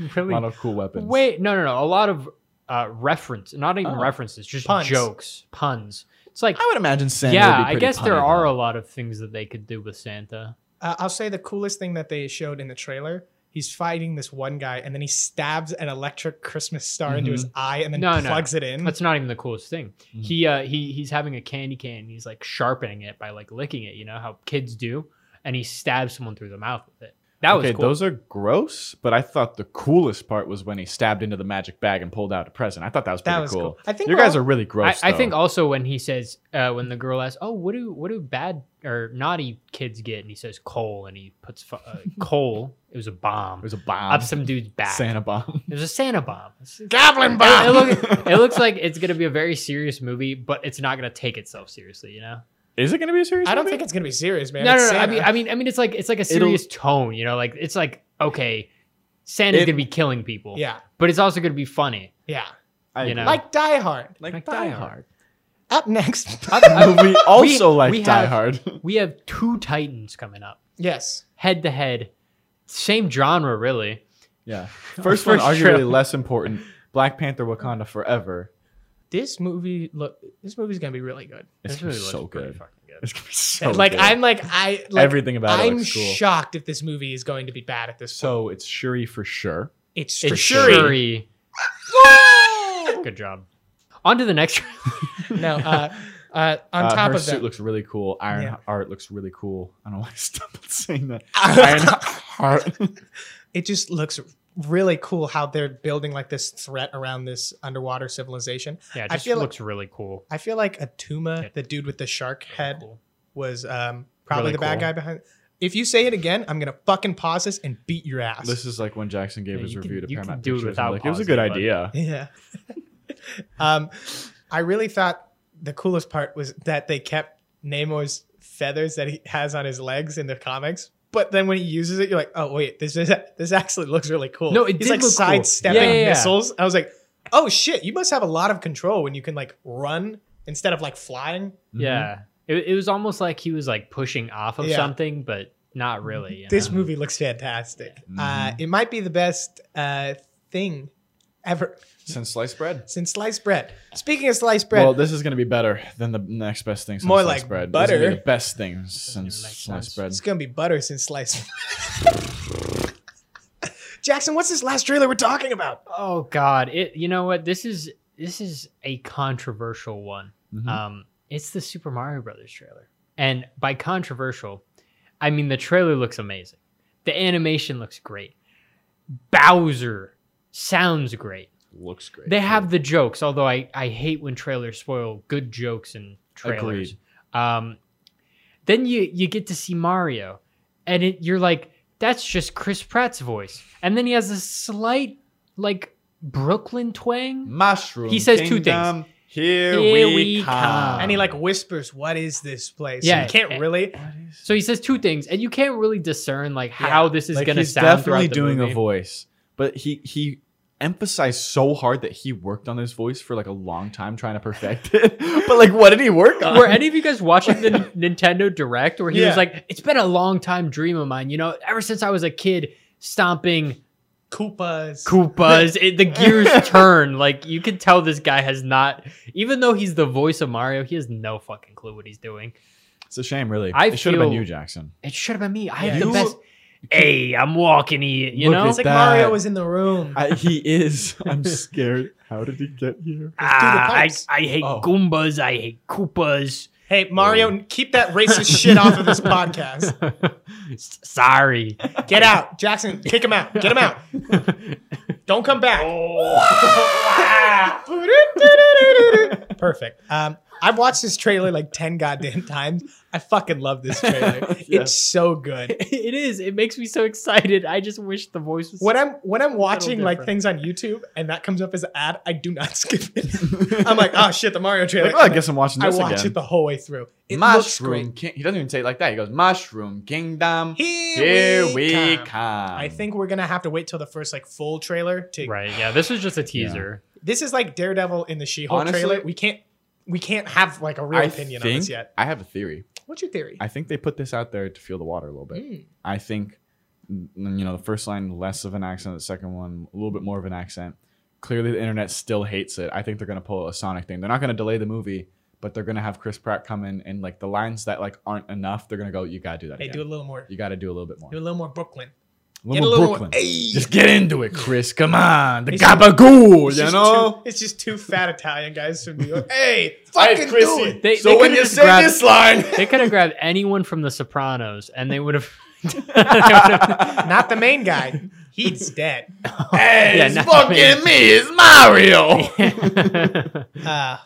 C: a
B: really
C: lot of cool weapons.
B: Wait, no, no, no. A lot of uh, reference, not even
C: Oh.
B: references, just
A: Puns.
B: jokes, puns. It's like,
C: I would imagine Santa.
B: yeah,
C: would be
B: I
C: pretty
B: guess there
C: punny,
B: are
C: though.
B: a lot of things that they could do with Santa.
A: Uh, I'll say the coolest thing that they showed in the trailer. He's fighting this one guy, and then he stabs an electric Christmas star into his eye, and then
B: No, no.
A: plugs
C: Mm.
A: it in.
B: That's not even the coolest thing.
C: Mhm.
B: He uh, he he's having a candy can. And he's like sharpening it by like licking it. You know how kids do, and he stabs someone through the mouth with it. That was
C: okay,
B: cool.
C: those are gross, but I thought the coolest part was when he stabbed into the magic bag and pulled out a present. I thought that was pretty
A: that was cool.
C: cool.
A: I think
C: You
A: we're
C: guys
A: all-
C: are really
B: I,
C: gross.
B: I
C: though.
B: think also when he says uh, when the girl asks, "Oh, what do what do bad or naughty kids get?" and he says coal, and he puts fu- uh, coal. It was a bomb
C: it was a bomb.
B: up some dude's back.
C: Santa bomb.
B: It was a Santa bomb. It's-
A: goblin
B: It, it,
A: bomb.
B: look, it looks like it's gonna be a very serious movie, but it's not gonna take itself seriously, you know?
C: Is it going to be a serious?
A: I don't
C: movie?
A: think it's gonna be serious, man.
B: no,
A: It's
B: no, no. I
A: Santa.
B: mean, I mean, I mean, it's like it's like a
C: It'll-
B: serious tone, you know? Like it's like okay, Santa's
C: It-
B: gonna be killing people,
A: yeah,
B: but it's also gonna be funny.
A: yeah.
C: I
B: you
C: agree.
B: know.
A: Like Die Hard.
C: like,
B: like
C: Die
B: Die
C: Hard.
A: Up next.
C: we also like
B: we
C: Die
B: have-
C: Hard.
B: We have two Titans coming up,
A: yes.
B: head to head, same genre, really.
C: yeah. First, one
B: First
C: arguably
B: trailer.
C: less important. Black Panther: Wakanda Forever.
A: This movie look. This movie's gonna be really good.
B: This
C: It's gonna be
B: movie
C: so
B: looks pretty
C: good.
B: fucking good.
C: It's going to be so
A: like
C: good.
A: I'm like I. Like,
C: everything about it
A: I'm
C: looks cool.
A: shocked if this movie is going to be bad at this. point.
C: so it's Shuri for sure.
A: It's,
B: It's
A: Shuri.
B: Shuri. Good job. On to the next.
A: No. Uh, uh, on
C: Uh,
A: top
C: her
A: of
C: suit
A: that.
C: looks really cool. Iron
A: Yeah.
C: Heart looks really cool. I don't know why I stumbled saying that. Iron Heart.
A: it just looks really cool how they're building like this threat around this underwater civilization.
B: Yeah, it
A: I
B: just
A: feel like-
B: looks really cool.
A: I feel like Atuma,
B: Yeah.
A: the dude with the shark head,
B: Cool.
A: was um, probably
B: Really
A: the bad
B: cool.
A: guy behind. If you say it again, I'm gonna fucking pause this and beat your ass.
C: This is like when Jackson gave
B: Yeah,
C: his
B: you
C: review
B: can-
C: to
B: you can
C: Paramount
B: do it
C: Pictures. and
B: without
C: like, it was a
B: pausing,
C: good
B: but-
C: idea.
A: Yeah. um, I really thought the coolest part was that they kept Nemo's feathers that he has on his legs in the comics. But then when he uses it, you're like, oh wait, this is this actually looks really cool.
B: No, it
A: He's
B: did
A: like
B: look cool.
A: sidestepping
B: Yeah, yeah, yeah.
A: missiles. I was like, oh shit, you must have a lot of control when you can like run instead of like flying.
C: Mm-hmm.
B: Yeah. It, it was almost like he was like pushing off of
A: Yeah.
B: something, but not really. you
A: This
B: know?
A: movie looks fantastic.
C: Yeah.
A: Uh,
B: Mm-hmm.
A: it might be the best uh, thing ever
C: Mm-hmm. Since sliced bread.
A: since sliced bread. Speaking of sliced bread,
C: Well, this is going to be better than the next best thing since
A: More
C: sliced
A: like
C: bread. This is gonna be
A: butter.
C: the best thing since
B: like
C: sliced
B: sliced-
C: bread.
A: It's gonna be butter since sliced. Jackson, what's this last trailer we're talking about?
B: Oh God! It. You know what? This is this is a controversial one.
C: Mhm.
B: Um, it's the Super Mario Brothers trailer, and by controversial, I mean the trailer looks amazing. The animation looks great. Bowser sounds great.
C: Looks great.
B: They have the jokes, although I, I hate when trailers spoil good jokes and trailers. Um, then you you get to see Mario, and it, you're like, that's just Chris Pratt's voice, and then he has a slight like Brooklyn twang.
C: Mm. mushroom.
B: He says two
C: Kingdom, Here,
B: Here
C: we,
B: we
C: come.
B: come.
A: And he like whispers, "What is this place?"
B: Yeah.
A: you
C: eh.
A: can't really.
C: What is-
B: So he says two things, and you can't really discern like how this is
C: Like,
B: gonna
C: he's
B: sound.
C: definitely
B: throughout the
C: doing
B: movie.
C: a voice, but he he emphasized so hard that he worked on this voice for like a long time trying to perfect it. but like, what did he work on?
B: Were any of you guys watching the Nintendo Direct where he
A: Yeah.
B: was like, "It's been a long time dream of mine. You know, ever since I was a kid, stomping
A: Koopas.
B: Koopas, it, the gears turn. Like you can tell this guy has not, even though he's the voice of Mario, he has no fucking clue what he's doing.
C: It's a shame, really.
B: I
C: it should have been
B: feel-
C: you, Jackson.
B: It should have been me. I
A: Yeah.
B: have the
A: You-
B: best. Hey, I'm walking here. You
C: Look
B: know,
A: It's like
C: That-
A: Mario was in the room.
C: I, he is. I'm scared. How did he get here?
B: Ah, I,
A: pipes.
B: I hate
C: Oh.
B: Goombas. I hate Koopas.
A: hey, Mario, keep that racist shit off of this podcast.
B: S- Sorry.
A: Get out, Jackson. Kick him out. Get him out. Don't come back. Oh.
C: Oh.
A: Perfect. Um, I've watched this trailer like ten goddamn times. I fucking love this trailer.
C: Yeah.
A: It's so good.
B: it is. It makes me so excited. I just wish the voice was.
A: when I'm when I'm watching like
B: different.
A: things on YouTube and that comes up as an ad, I do not skip it. I'm like, oh shit, the Mario trailer.
C: Like, well, I guess I'm watching
A: I
C: this
A: watch
C: again.
A: it the whole way through. It looks
C: Mushroom
A: great.
C: King. He doesn't even say it like that. He goes, Mushroom Kingdom.
A: Here,
C: Here we come.
A: I think we're gonna have to wait till the first like full trailer to.
B: Right. Yeah. This was just a teaser.
A: This is like Daredevil in the She-Hulk
C: Honestly-
A: trailer. We can't we can't have like a real
C: I
A: opinion on this
C: think-
A: yet.
C: I have a theory.
A: What's your theory?
C: I think they put this out there to feel the water a little bit.
A: Mm.
C: I think, mm, you know, the first line less of an accent, the second one a little bit more of an accent. Clearly, the internet still hates it. I think they're gonna pull a Sonic thing. They're not gonna delay the movie, but they're gonna have Chris Pratt come in and like the lines that like aren't enough. They're gonna go, you gotta do that.
A: Hey,
C: again.
A: do a little more.
C: you gotta do a little bit more.
A: Do a little more Brooklyn.
C: A
A: Get a
C: little
A: little
C: Brooklyn.
A: more. Hey.
C: Just get into it, Chris. Come on, the
A: It's just-
C: gabagool,
A: It's
C: you
A: just
C: know.
A: Two, it's just two fat Italian guys from New York. Hey, fucking do it.
B: They- they could've just grabbed-
C: line,
B: They could have grabbed anyone from The Sopranos, and they would have. they would have-
A: Not the main guy. He's dead.
C: hey,
B: Yeah, not me.
C: me, it's Mario.
A: Uh,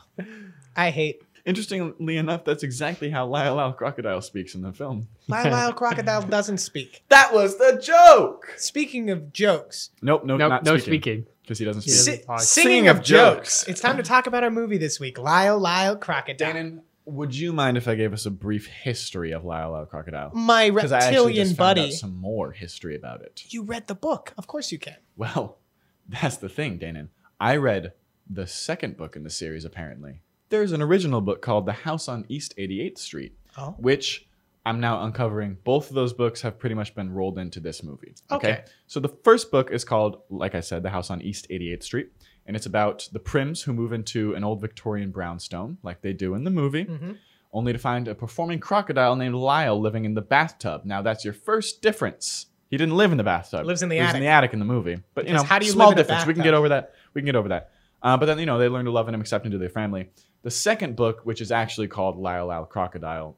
A: I hate
C: Interestingly enough, that's exactly how Lyle Lyle Crocodile speaks in the film.
A: Lyle Lyle Crocodile doesn't speak.
C: That was the joke.
A: Speaking of jokes,
C: Nope, nope,
B: nope,
C: not
B: no
C: speaking
B: speaking.
C: because he doesn't
B: He
C: speak.
B: doesn't.
A: si-
B: talk.
A: singing of jokes. It's time to talk about our movie this week, Lyle Lyle Crocodile.
C: Danon, would you mind if I gave us a brief history of Lyle Lyle Crocodile?
A: My
C: Because I actually
A: reptilian
C: just found out
A: buddy.
C: some more history about it.
A: You read the book. Of course you can.
C: Well, that's the thing, Danon. I read the second book in the series, apparently. There's an original book called The House on East 88th Street,
A: Oh.
C: which I'm now uncovering. Both of those books have pretty much been rolled into this movie.
A: Okay.
C: So the first book is called, like I said, The House on East 88th Street, and it's about the Prims who move into an old Victorian brownstone, like they do in the movie
A: Mhm.
C: only to find a performing crocodile named Lyle living in the bathtub. Now that's your first difference. He didn't live in the bathtub.
A: Lives in the
C: He was
A: attic.
C: in the attic in the movie. But you know,
A: Because how do you
C: small
A: live in a
C: difference. we can
A: bathtub?
C: get over that. We can get over that. Uh, but then you know they learn to love him and accept him to their family. The second book, which is actually called Lyle Lyle Crocodile,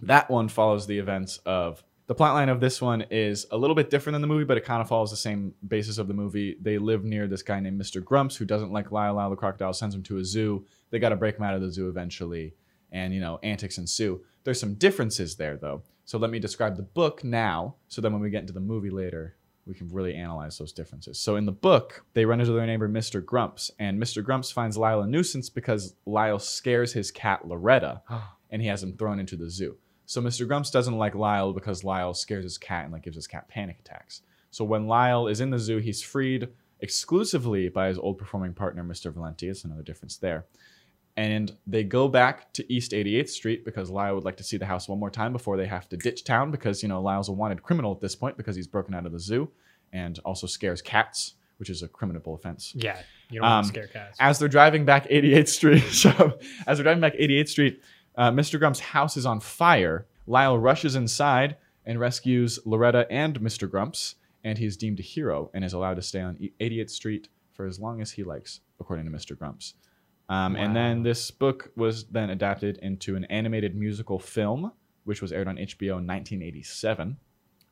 C: that one follows the events of the plotline of this one is a little bit different than the movie, but it kind of follows the same basis of the movie. They live near this guy named Mr. Grumps who doesn't like Lyle Lyle the crocodile, sends him to a zoo. They got to break him out of the zoo eventually, and you know antics ensue. There's some differences there though. So let me describe the book now, so then when we get into the movie later, we can really analyze those differences. So in the book, they run into their neighbor Mr. Grumps, and Mr. Grumps finds Lyle a nuisance because Lyle scares his cat Loretta, and he has him thrown into the zoo. So Mr. Grumps doesn't like Lyle because Lyle scares his cat and like gives his cat panic attacks. So when Lyle is in the zoo, he's freed exclusively by his old performing partner, Mr. Valenti. It's another difference there. And they go back to East 88th Street because Lyle would like to see the house one more time before they have to ditch town because, you know, Lyle's a wanted criminal at this point because he's broken out of the zoo and also scares cats, which is a criminal offense.
B: Yeah, you don't want
C: Um,
B: to scare cats.
C: As they're driving back 88th Street, so, as they're driving back 88th Street, uh, Mr. Grump's house is on fire. Lyle rushes inside and rescues Loretta and Mr. Grumps, and he's deemed a hero and is allowed to stay on E- 88th Street for as long as he likes, according to Mr. Grumps. Um, And then
B: Wow.
C: this book was then adapted into an animated musical film, which was aired on HBO in 1987.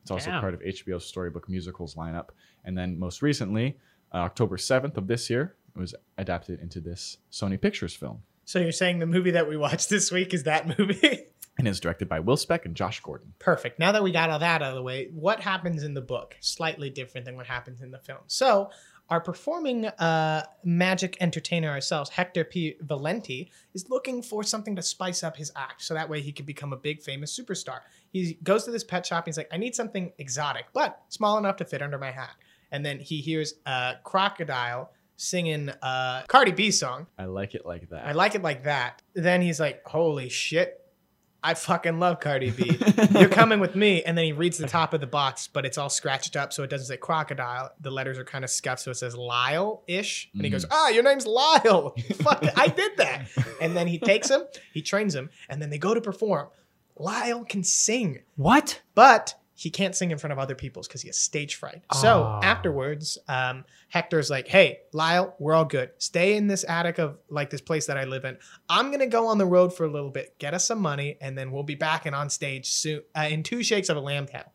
C: It's also
B: Damn.
C: part of HBO's Storybook Musicals lineup. And then most recently, uh, October 7th of this year, it was adapted into this Sony Pictures film.
A: So you're saying the movie that we watched this week is that movie?
C: and is directed by Will Speck and Josh Gordon.
A: Perfect. Now that we got all that out of the way, what happens in the book? Slightly different than what happens in the film. So, our performing uh, magic entertainer ourselves, Hector P. Valenti, is looking for something to spice up his act so that way he can become a big famous superstar. He goes to this pet shop. He's like, I need something exotic, but small enough to fit under my hat. And then he hears a crocodile singing a Cardi B song.
C: I like it like that.
A: I like it like that. Then he's like, Holy shit, I fucking love Cardi B. You're coming with me. And then he reads the top of the box, but it's all scratched up. So it doesn't say crocodile. The letters are kind of scuffed. So it says Lyle ish. And he goes, Ah, your name's Lyle. Fuck, I did that. And then he takes him, he trains him, and then they go to perform. Lyle can sing
B: what?
A: but he can't sing in front of other people's because he has stage fright. So
B: Ah.
A: afterwards, um, Hector's like, "Hey, Lyle, we're all good. Stay in this attic of like this place that I live in. I'm gonna go on the road for a little bit, get us some money, and then we'll be back and on stage soon. Uh, in two shakes of a lamb tail."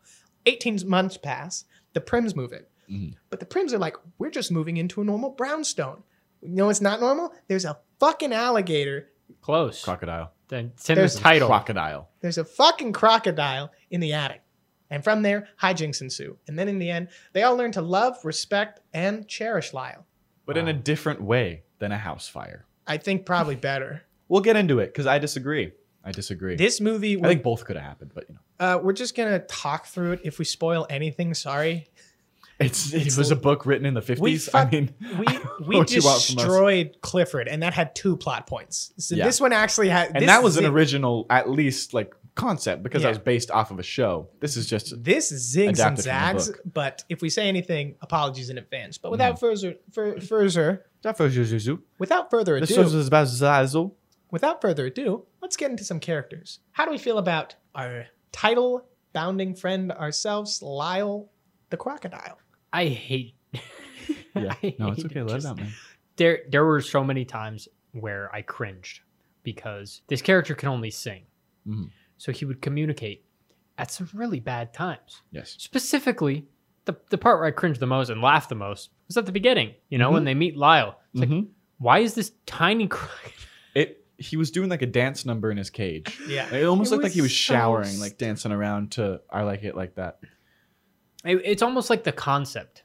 A: 18 months pass. The Prims move in,
C: Mhm.
A: but the Prims are like, "We're just moving into a normal brownstone. You know, it's not normal. There's a fucking alligator.
B: Close.
C: crocodile.
B: Then it's in
A: There's
B: the title.
C: Crocodile.
A: There's a fucking crocodile in the attic. And from there, hijinks ensue. And then in the end, they all learn to love, respect, and cherish Lyle.
C: But in a
B: Wow.
C: different way than a house fire.
A: I think probably better.
C: We'll get into it because I disagree. I disagree.
A: This movie,
C: I think both could have happened, but you know.
A: uh, we're just going to talk through it. If we spoil anything, sorry.
C: It's,
A: It's
C: it was a
A: l-
C: book written in the 50s. I
A: fuck-
C: mean,
A: We we
C: What you want from us.
A: destroyed Clifford, and that had two plot points. So
C: Yeah.
A: this one actually had.
C: and
A: this
C: that was an
A: zig-
C: original, at least, like concept because
A: Yeah.
C: that was based off of a show. This is just
A: This zigs and
C: Adapted from the
A: zags, but if we say anything, apologies in advance. But without
C: Mm.
A: further, fur, further,
C: this
A: without further ado,
C: is about Zazzle.
A: without further ado, let's get into some characters. How do we feel about our title bounding friend ourselves, Lyle the Crocodile?
B: I hate.
C: Yeah.
B: I
C: No, it's
B: hate
C: okay. Let it
B: just-
C: out, man.
B: There, there were so many times where I cringed because this character can only sing,
C: Mhm.
B: so he would communicate at some really bad times.
C: Yes.
B: Specifically, the the part where I cringed the most and laughed the most was at the beginning. You know, when
C: Mhm.
B: they meet Lyle, it's like,
C: Mhm.
B: why is this tiny? Cry-
C: It. He was doing like a dance number in his cage.
A: Yeah.
C: It almost
B: It
C: looked like he
B: was
C: was showering,
B: so
C: like dancing around to I like it like that.
B: It- it's almost like the concept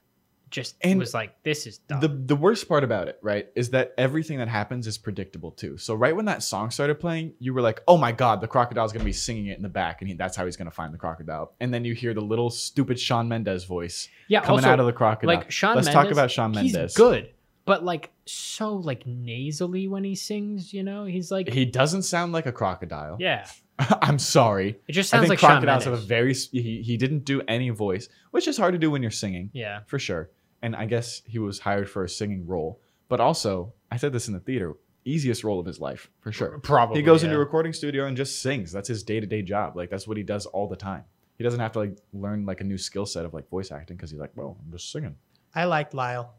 B: just
C: And
B: was like, this is dumb.
C: The the worst part about it, right, is that everything that happens is predictable too. So right when that song started playing, you were like, "Oh my god, the crocodile's going to be singing it in the back and he, that's how he's going to find the crocodile." And then you hear the little stupid Sean Mendez voice
B: yeah,
C: coming
B: also,
C: out of the crocodile.
B: like Sean
C: Let's talk
B: Mendes,
C: about Sean Mendes.
B: He's good, but like so like nasally when he sings, you know? He's like
C: He doesn't sound like a crocodile.
B: Yeah.
C: I'm sorry.
B: It just
C: I
B: sounds
C: think
B: like Sean
C: crocodiles
B: Mendes.
C: have a very s- he, he didn't do any voice, which is hard to do when you're singing.
B: yeah.
C: for sure. And I guess he was hired for a singing role, but also I said this in the theater, easiest role of his life for sure.
B: Probably.
C: He goes into
B: yeah.
C: a recording studio and just sings. That's his day to day job. Like that's what he does all the time. He doesn't have to like learn like a new skill set of like voice acting because he's like, well, I'm just singing.
A: I liked Lyle.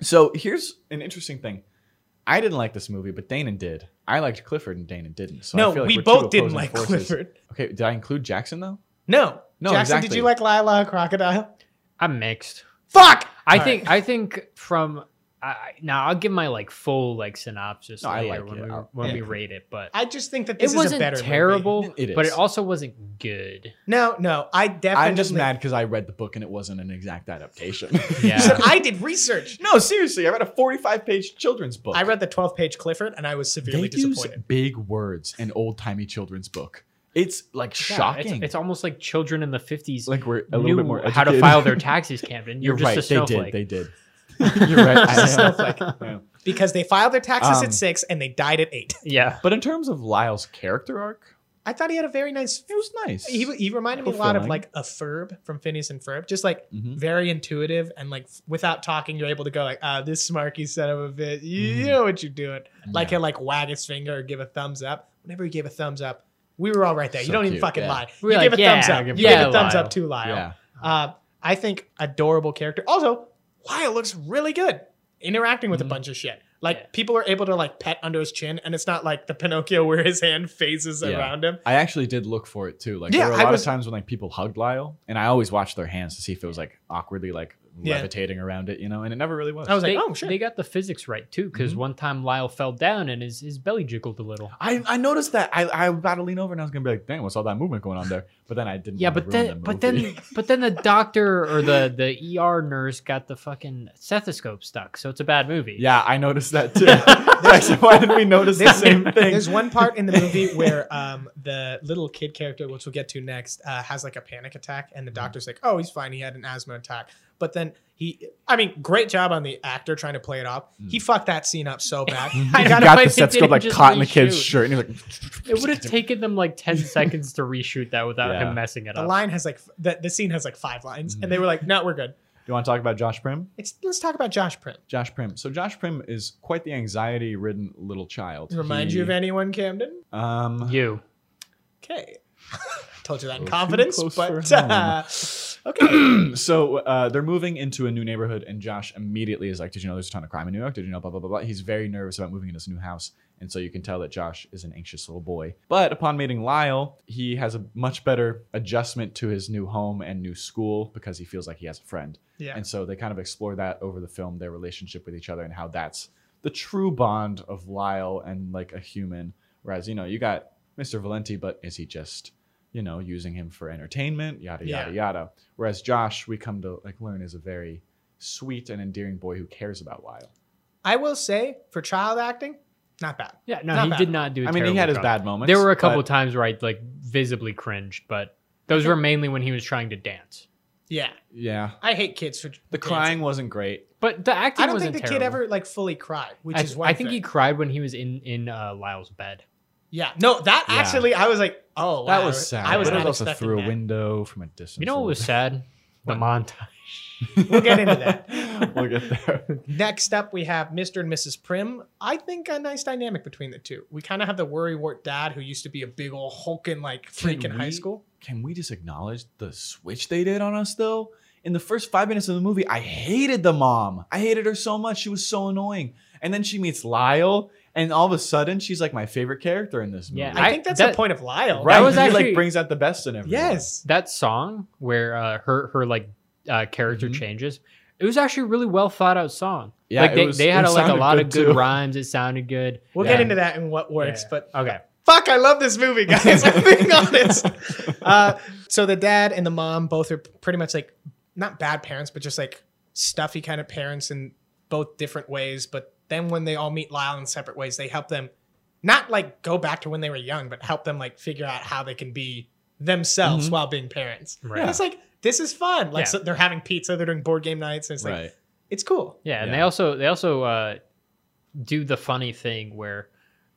C: So here's an interesting thing. I didn't like this movie, but Danon did. I liked Clifford and Danon didn't. So I
A: no,
C: feel like
A: we
C: we're two
A: both didn't
C: opposing
A: like
C: forces.
A: Clifford.
C: Okay, did I include Jackson though?
A: No.
C: No,
A: Jackson, did
C: exactly.
A: you like Lyle the Crocodile?
B: I'm mixed.
A: Fuck!
B: I
A: All
B: think I think from I, I now I'll give my like full like synopsis
C: No, I
B: later
C: like
B: when
C: it.
B: we
C: I'll-
B: when we
A: yeah.
B: rate it, but
A: I just think that this is
B: it
A: a
B: wasn't
A: better movie.
B: terrible,
C: It
B: but
C: is.
B: it also wasn't good.
A: No, no, I definitely.
C: I'm just mad because I read the book and it wasn't an exact adaptation.
A: You said
B: Yeah,
A: I did research.
C: no, seriously, I read a 45 page children's book.
A: I read the 12 page Clifford and I was severely
C: They use
A: disappointed.
C: big words in old timey children's book. It's like
B: Yeah,
C: shocking.
B: It's, it's almost like children in the fifties
C: like we're
B: knew
C: a little bit more
B: how to
C: educated.
B: file their taxes, Camden.
C: You're
B: You're,
C: right.
B: just
C: They
B: a
C: did.
B: snowflake.
C: They did. You're right. I
A: Just a
C: am.
A: snowflake.
C: Yeah.
A: Because they filed their taxes
C: Um,
A: at six and they died at eight.
B: yeah,
C: But in terms of Lyle's character arc,
A: I thought he had a very nice.
C: it was nice.
A: He, he reminded me a lot of
C: Fulfilling.
A: like a Ferb from Phineas and Ferb. Just like
C: Mhm.
A: very intuitive and like f- without talking, you're able to go like, ah, this smarky son of a bitch. You, you
C: Mhm.
A: know what you're doing. Like
C: Yeah.
A: he'll like wag his finger or give a thumbs up. Whenever he gave a thumbs up, we were all right there. you
C: So
A: don't even
C: cute,
A: fucking
C: yeah.
A: lie.
B: We were
A: you
B: like,
A: give a
B: yeah,
A: thumbs up.
B: I'll give
A: you
B: it-
A: give
B: yeah,
A: a thumbs
B: Lyle.
A: up to Lyle.
C: yeah.
A: Uh, I think adorable character. Also, Lyle looks really good interacting with
C: Mhm.
A: a bunch of shit. Like
B: Yeah.
A: people are able to like pet under his chin, and it's not like the Pinocchio where his hand phases
C: Yeah.
A: around him.
C: I actually did look for it too. Like
A: Yeah,
C: there were a
A: I
C: lot
A: was-
C: of times when like people hugged Lyle, and I always watched their hands to see if it was like awkwardly like
A: Yeah.
C: levitating around it, you know. And it never really was.
A: I was like,
B: they,
A: oh shit. Mm-hmm.
B: they got the physics right too, because
C: Mhm.
B: one time Lyle fell down and his, his belly jiggled a little.
C: I, I noticed that I, I was about to lean over and I was gonna be like, dang, what's all that movement going on there? But then I didn't.
B: Yeah,
C: wanna
B: but then
C: ruin the
B: but
C: movie.
B: then but then the doctor or the the ER nurse got the fucking stethoscope stuck, so it's a bad movie.
C: yeah, I noticed that too. Actually, why did we notice the
A: There's-
C: same thing?
A: There's one part in the movie where um, the little kid character, which we'll get to next, uh, has like a panic attack,
C: Mm-hmm.
A: and the doctor's like, "Oh, he's fine. He had an asthma attack." But then he, I mean, great job on the actor trying to play it off. He fucked that scene up so bad.
B: I
C: Mm. He
B: don't know
C: got
B: why they
C: the set scope
B: didn't
C: like
B: just
C: caught in the kid's
B: reshoot.
C: shirt, and he was
B: It would have taken them like 10 seconds to reshoot that without
C: Yeah.
B: him messing it
A: The
B: up.
A: line has like f- the, the scene has like five lines, and
C: Mm-hmm.
A: they were like, "No, we're good."
C: like, "You want to talk about Josh Prim?"
A: It's, let's talk about Josh Prim.
C: Josh Prim. So Josh Prim is quite the anxiety-ridden little child.
A: Remind you of anyone, Camden?
C: Um,
B: you.
A: Okay, told you that in
C: Go too
A: confidence,
C: close
A: but
C: for home.
A: uh, okay.
C: so uh, they're moving into a new neighborhood, and Josh immediately is like, "Did you know there's a ton of crime in New York? Did you know blah blah blah blah?" He's very nervous about moving into this new house, and so you can tell that Josh is an anxious little boy. But upon meeting Lyle, he has a much better adjustment to his new home and new school because he feels like he has a friend.
A: Yeah,
C: And so they kind of explore that over the film, their relationship with each other, and how that's the true bond of Lyle and like a human. Whereas, you know, you got Mr. Valenti, but is he just, you know, using him for entertainment? Yada, yada,
A: Yeah.
C: yada. Whereas Josh, we come to like learn is a very sweet and endearing boy who cares about Lyle.
A: I will say for child acting, not bad.
B: Yeah, no,
A: Not
B: he
A: bad.
B: did not do I
C: I mean, he had his bad moments.
B: There were a couple
C: but
B: times where I like visibly cringed, but those were mainly when he was trying to dance.
A: Yeah,
C: Yeah.
A: I hate kids for
C: The crying wasn't great.
B: But the acting
A: I don't
B: wasn't
A: think the
B: terrible.
A: kid ever like fully cried, which
B: I,
A: is one
B: I think he
A: thing.
B: cried when he was in in uh, Lyle's bed.
A: Yeah, no, that
C: Yeah.
A: actually, I was like, oh,
C: That
A: wow.
C: was sad.
A: I was
C: but it
A: not
C: was also
A: expecting
C: through a
A: that.
C: window from a distance.
B: You know
C: a
B: what was
C: little
B: sad? The montage.
C: bit.
A: We'll get into
C: we'll get there.
A: Next up, we have Mr. and Mrs. Prim. I think a nice dynamic between the two. We kind of have the worrywart dad who used to be a big old hulking like freak in
C: Can
A: high
C: we-
A: school.
C: can we just acknowledge the switch they did on us though? In the first five minutes of the movie, I hated the mom. I hated her so much. She was so annoying. And then she meets Lyle, and all of a sudden, she's like my favorite character in this movie.
B: Yeah,
A: I,
B: I-
A: think that's
B: that-
A: the point of Lyle.
C: right?
B: That was
C: he
B: actually-
C: like brings out the best in everyone.
A: yes.
B: That song where uh, her her like uh, character
C: Mhm.
B: changes. It was actually a really well thought out song.
C: Yeah,
B: like
C: it
B: they,
C: was-
B: they
C: it
B: had a, like a
C: sounded
B: lot of good
C: too.
B: rhymes. It sounded good.
A: We'll
C: Yeah.
A: get into that and what works,
B: Yeah.
A: but
B: Okay.
A: fuck, I love this movie, guys. I'm being honest. Uh, so the dad and the mom both are pretty much like not bad parents, but just like stuffy kind of parents in both different ways. But then when they all meet Lyle in separate ways, they help them not like go back to when they were young, but help them like figure out how they can be themselves
C: Mhm.
A: while being parents.
B: Right.
A: And it's like this is fun. Like
B: Mm-hmm. Yeah.
A: so they're having pizza, they're doing board game nights, and it's like
C: right.
A: it's cool.
B: Yeah, and
C: Yeah.
B: they also they also uh, do the funny thing where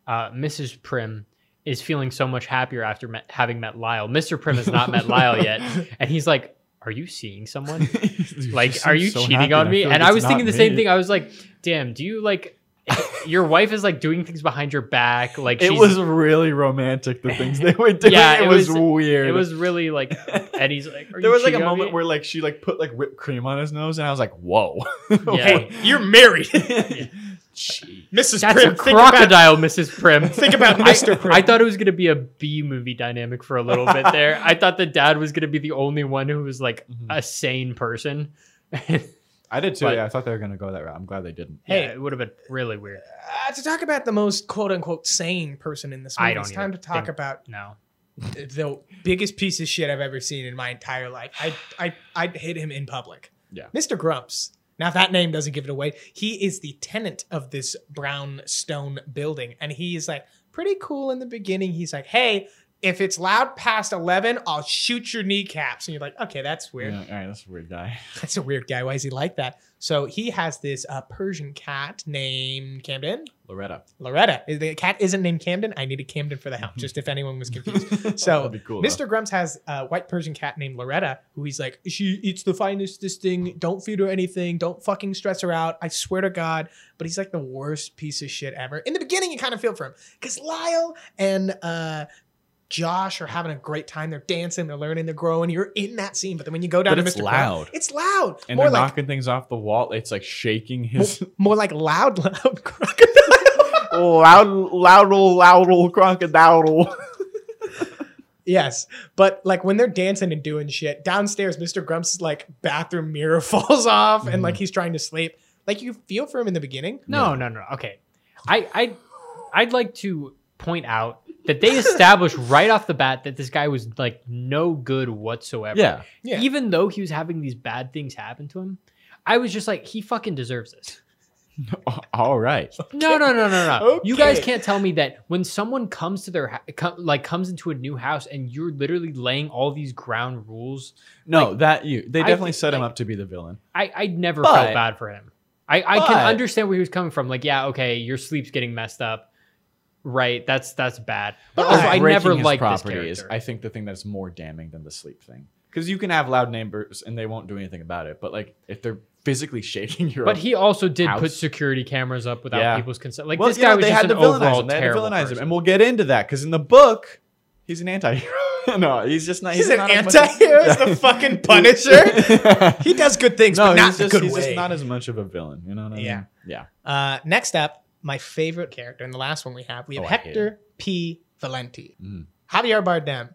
B: uh, Mrs. Prim is feeling so much happier after met, having met Lyle. Mr. Prim has not met Lyle yet, and he's like, "Are you seeing someone?
C: You
B: Like,
C: seem
B: are you
C: so
B: cheating
C: happy,
B: on
C: I
B: me?"
C: feel like
B: and I
C: it's
B: was
C: not
B: thinking the same
C: me.
B: thing. I was like, "Damn, do you like your wife is like doing things behind your back? Like
C: It
B: she's,
C: was really romantic. The things they were doing.
B: Yeah,
C: it,
B: it
C: was,
B: was-
C: weird.
B: it was really like." And he's like, "Are
C: There
B: you
C: was like a
B: cheating on
C: moment
B: me?"
C: where like she like put like whipped cream on his nose, and I was like, whoa.
B: Yeah.
A: Hey, you're married, Mrs.
B: That's
A: Prim.
B: a
A: think about-
B: crocodile, Mrs. Prim.
A: Think about
B: I-
A: Mr. Prim.
B: I, thought it was going to be a B movie dynamic for a little bit there.
C: Mm-hmm.
B: I thought the dad was going to be the only one who was like
C: Mhm.
B: a sane person.
C: I did too.
B: But-
C: yeah, I thought they were gonna go that route. I'm glad they didn't.
B: Hey,
A: Hey.
B: it would have been really weird.
A: Uh, to talk about the most quote unquote sane person in this
B: I
A: movie,
B: don't
A: it's time to
B: even
A: talk
B: think-
A: about
B: No,
A: the biggest piece of shit I've ever seen in my entire life. I I I'd hit him in public.
C: Yeah.
A: Mr. Grumps. Now if that name doesn't give it away, he is the tenant of this brown stone building. And he is like pretty cool in the beginning. He's like, hey, if it's loud past eleven, I'll shoot your kneecaps. And you're like, okay, that's weird.
C: Yeah, all right, that's a weird guy.
A: That's a weird guy. Why is he like that? So he has this uh, Persian cat named Camden.
C: Loretta.
A: Loretta. Is- The cat isn't named Camden. I needed Camden for the help, just if anyone was confused.
C: Mm-hmm. That'd
A: So
C: be cool.
A: Mr. Grumps has a white Persian cat named Loretta, who he's like, she eats the finest this thing. Don't feed her anything. Don't fucking stress her out. I swear to God. But he's like the worst piece of shit ever. In the beginning, you kind of feel for him because Lyle and uh, Josh are having a great time. They're dancing. They're learning. They're growing. You're in that scene, but then when you go down
C: But
A: to
C: it's
A: Mr.
C: loud.
A: Grumps, it's loud.
C: And
A: more
C: they're
A: like
C: knocking things off the wall. It's like shaking his
A: more like loud, loud crocodile.
C: loud, loud, loud, crocodile.
A: Yes, but like when they're dancing and doing shit downstairs, Mr. Grumps' like bathroom mirror falls off, and
C: Mm-hmm.
A: like he's trying to sleep. Like you feel for him in the beginning.
B: no, no, no. Okay, I, I, I'd like to point out that they established right off the bat that this guy was like no good whatsoever.
C: Yeah.
A: Yeah,
B: Even though he was having these bad things happen to him, I was just like, he fucking deserves this.
C: All right.
B: No, no, no, no, no. You guys
A: Okay.
B: can't tell me that when someone comes to their ha- co- like comes into a new house and you're literally laying all these ground rules.
C: No, that you. They
B: I
C: definitely
B: think,
C: set him
B: like-
C: up to be the villain.
B: I I never
C: But-
B: felt bad for him. I I can
C: but-
B: understand where he was coming from. Like, yeah, okay, your sleep's getting messed up. Right, that's that's bad. But also, I
C: Breaking
B: never
C: his
B: liked this
C: property
B: character.
C: is, I think, the thing that's more damning than the sleep thing. Because you can have loud neighbors and they won't do anything about it. But like, if they're physically shaking your,
B: but he also did put
C: house.
B: security cameras up without
C: Yeah.
B: people's consent. Like
C: well,
B: this
C: you know,
B: guy was
C: they
B: just
C: had
B: an
C: to villainize
B: overall
C: him. They had to
B: terrible
C: villainize him,
B: person.
C: and we'll get into that because in the book, he's an anti-hero. no, he's just not.
A: he's, an
C: not as much of-
A: anti-hero. He's the fucking Punisher. He does good things,
C: no,
A: but not
C: he's,
A: in a
C: just,
A: good
C: he's
A: way.
C: just not as much of a villain. You know what I mean?
A: Yeah.
C: Yeah.
A: uh, next up, my favorite character, and the last one we have, we have
C: Oh, I hate
A: Hector P. Valenti.
C: Mm.
A: Javier Bardem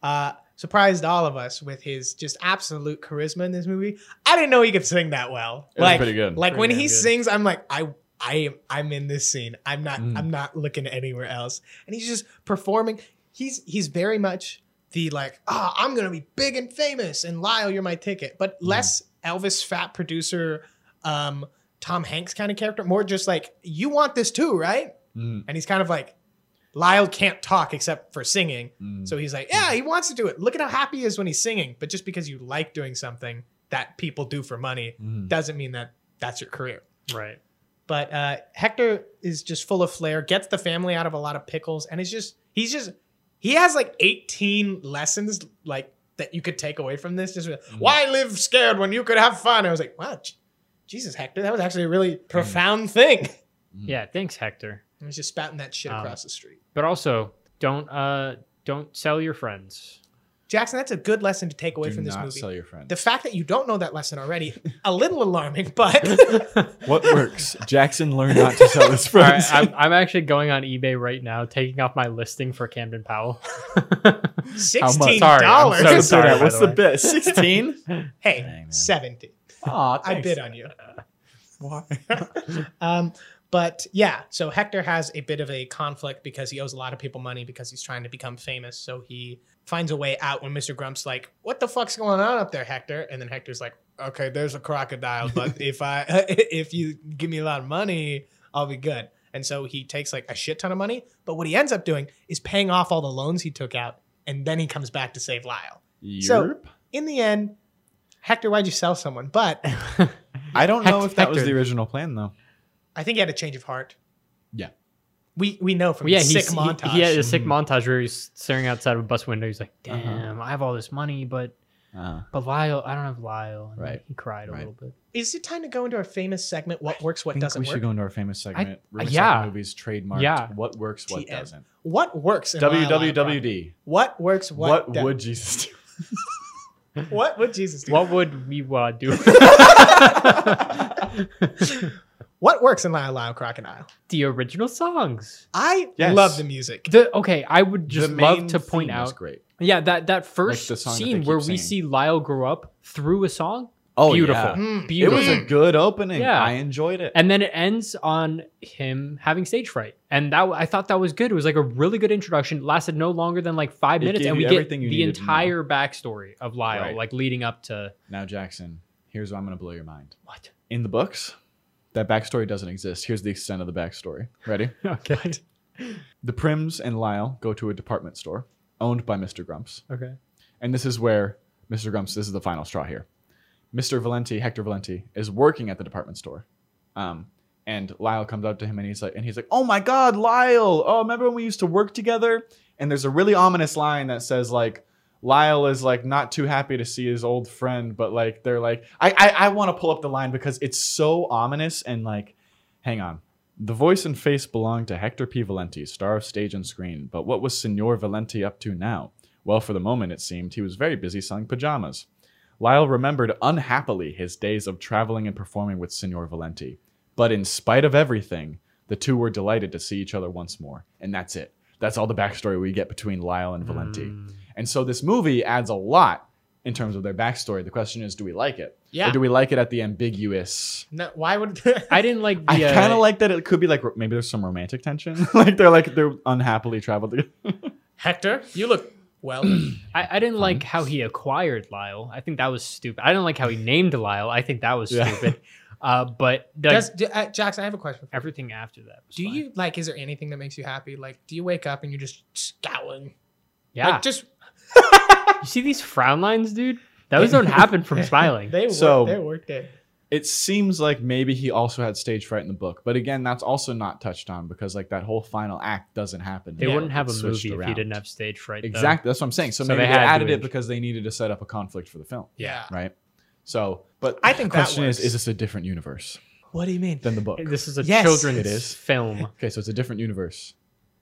A: uh, surprised all of us with his just absolute charisma in this movie. I didn't know he could sing that well.
C: It was
A: like,
C: pretty good.
A: Like
B: Pretty
A: when
B: damn
A: he
B: good.
A: sings, I'm like, I, I am, I'm in this scene. I'm not,
C: Mm.
A: I'm not looking anywhere else. And he's just performing. He's, he's very much the like, ah, I'm gonna be big and famous, and Lyle, you're my ticket. But
C: Mm.
A: less Elvis fat producer, um, Tom Hanks kind of character. More just like, you want this too, right?
C: Mm,
A: And he's kind of like, Lyle can't talk except for singing.
C: mm.
A: So he's like, yeah, he wants to do it. Look at how happy he is when he's singing. But just because you like doing something that people do for money
C: Mm.
A: doesn't mean that that's your career.
B: right.
A: But uh, Hector is just full of flair, gets the family out of a lot of pickles, and it's just he's just he has like 18 lessons like that you could take away from this. Just why live scared when you could have fun? I was like, wow, j- Jesus, Hector, that was actually a really profound thing.
B: Yeah. Thanks, Hector.
A: And he's just spouting that shit
B: Um,
A: across the street.
B: But also, don't uh don't sell your friends.
A: Jackson, that's a good lesson to take away
C: Do
A: from this
C: not
A: movie.
C: sell your friend.
A: The fact that you don't know that lesson already, a little alarming, but
C: what works? Jackson learned not to sell his
B: All right,
C: friends.
B: I'm, I'm actually going on eBay right now, taking off my listing for Camden Powell.
A: sixteen
B: Sorry, I'm
A: dollars.
B: so
C: Let's do
B: sorry,
C: that.
B: by
C: What's
B: the
C: the
B: way.
C: bit? Sixteen.
A: hey,
C: Dang, man.
A: seventy.
C: Aw,
A: I bid on you. Um, but yeah, so Hector has a bit of a conflict because he owes a lot of people money because he's trying to become famous. So he finds a way out when Mr. Grump's like, "What the fuck's going on up there, Hector?" And then Hector's like, "Okay, there's a crocodile, but if I if you give me a lot of money, I'll be good." And so he takes like a shit ton of money, but what he ends up doing is paying off all the loans he took out, and then he comes back to save Lyle. So-
C: Yerp.
A: In the end, Hector, why'd you sell someone? But
C: I don't know if that was
B: Hector.
C: the original plan though.
A: I think he had a change of heart.
C: Yeah.
A: We we know from
B: Oh, yeah,
A: the
B: he's,
A: sick
B: he-
A: montage.
B: He, had a sick
C: Mhm.
B: montage where he's staring outside of a bus window. He's like,
C: Uh-huh.
B: "Damn, I have all this money, but
C: Uh,
B: but Lyle, I don't have Lyle." And
C: Right,
B: He cried a
C: right.
B: little bit.
A: Is it time to go into our famous segment? What works?
C: I
A: What
C: think
A: doesn't
C: we
A: work?
C: should go into our famous segment. We're gonna
B: uh, yeah.
C: talk movies trademarked.
B: Yeah.
C: What works? What
A: TM.
C: doesn't?
A: what works? in Lyle Lyle Project?
C: WWWD.
A: What works? What,
C: What
A: do-
C: would Jesus do?
A: What would Jesus do? What,
B: What would we uh, do?
A: works in Lyle Lyle Crocodile?
B: the original songs.
A: I
C: Yes.
A: love the music.
B: The, okay, I would just
C: The
B: love
C: main
B: to point
C: theme is
B: out.
C: great.
B: Yeah, that that first
C: song that they
B: scene
C: keep
B: where we
C: singing.
B: see Lyle grow up through a song.
C: Oh,
B: Beautiful.
C: yeah.
A: Mm.
C: It
B: Beautiful.
C: was a good opening.
B: Yeah.
C: I enjoyed it.
B: and then it ends on him having stage fright, and that I thought that was good. It was like a really good introduction. It lasted no longer than like five
C: It
B: minutes,
C: gave
B: and we
C: you
B: get
C: everything you
B: the
C: needed to know.
B: entire backstory of Lyle,
C: Right.
B: like leading up to
C: now, Jackson, here's where I'm going to blow your mind.
B: what?
C: In the books, that backstory doesn't exist. Here's the extent of the backstory. Ready?
B: Okay.
C: the Prims and Lyle go to a department store owned by Mr. Grumps.
B: okay.
C: And this is where Mr. Grumps, this is the final straw here. Mr. Valenti, Hector Valenti, is working at the department store. Um, and Lyle comes up to him and he's like, and he's like, Oh my god, Lyle! Oh, remember when we used to work together? And there's a really ominous line that says, like, Lyle is like not too happy to see his old friend, but like they're like, I I, I want to pull up the line because it's so ominous and like, hang on. The voice and face belonged to Hector P. Valenti, star of stage and screen, but what was Signor Valenti up to now? Well, for the moment, it seemed, he was very busy selling pajamas. Lyle remembered unhappily his days of traveling and performing with Signor Valenti. But in spite of everything, the two were delighted to see each other once more. And that's it. That's all the backstory we get between Lyle and Valenti.
B: Mm.
C: And so this movie adds a lot in terms of their backstory. The question is, do we like it?
A: Yeah.
C: Or do we like it at the ambiguous?
A: No, why would
B: I didn't like the.
C: I
B: uh,
C: kind of like that it could be like ro- maybe there's some romantic tension. like they're like they're unhappily traveled. together.
A: Hector? You look well.
B: I, I didn't like how he acquired Lyle. I think that was stupid. I didn't like how he named Lyle. I think that was
C: Yeah.
B: stupid. Uh, but like,
A: Does do, uh, Jax? I have a question.
B: everything after that. was
A: Do
B: fine.
A: you like? Is there anything that makes you happy? Like, do you wake up and you're just scowling?
B: Yeah.
A: Like, just
B: you see these frown lines, dude? Those don't happen from smiling.
A: they
C: So-
A: work, they worked it.
C: it seems like maybe he also had stage fright in the book but again that's also not touched on because like that whole final act doesn't happen
B: They
C: Yeah.
B: wouldn't have a
C: It's switched
B: movie if he
C: around.
B: didn't have stage fright. though.
C: exactly that's what i'm saying so,
B: So
C: maybe
B: they
C: they,
B: had to
C: added it
B: int-
C: because they needed to set up a conflict for the film
A: Yeah.
C: right so but
A: I think
C: the question
A: that
C: is
A: works.
C: is this a different universe
A: What do you mean?
C: than the book
B: This is a
A: Yes,
B: children's
C: it is.
B: film.
C: okay so it's a different universe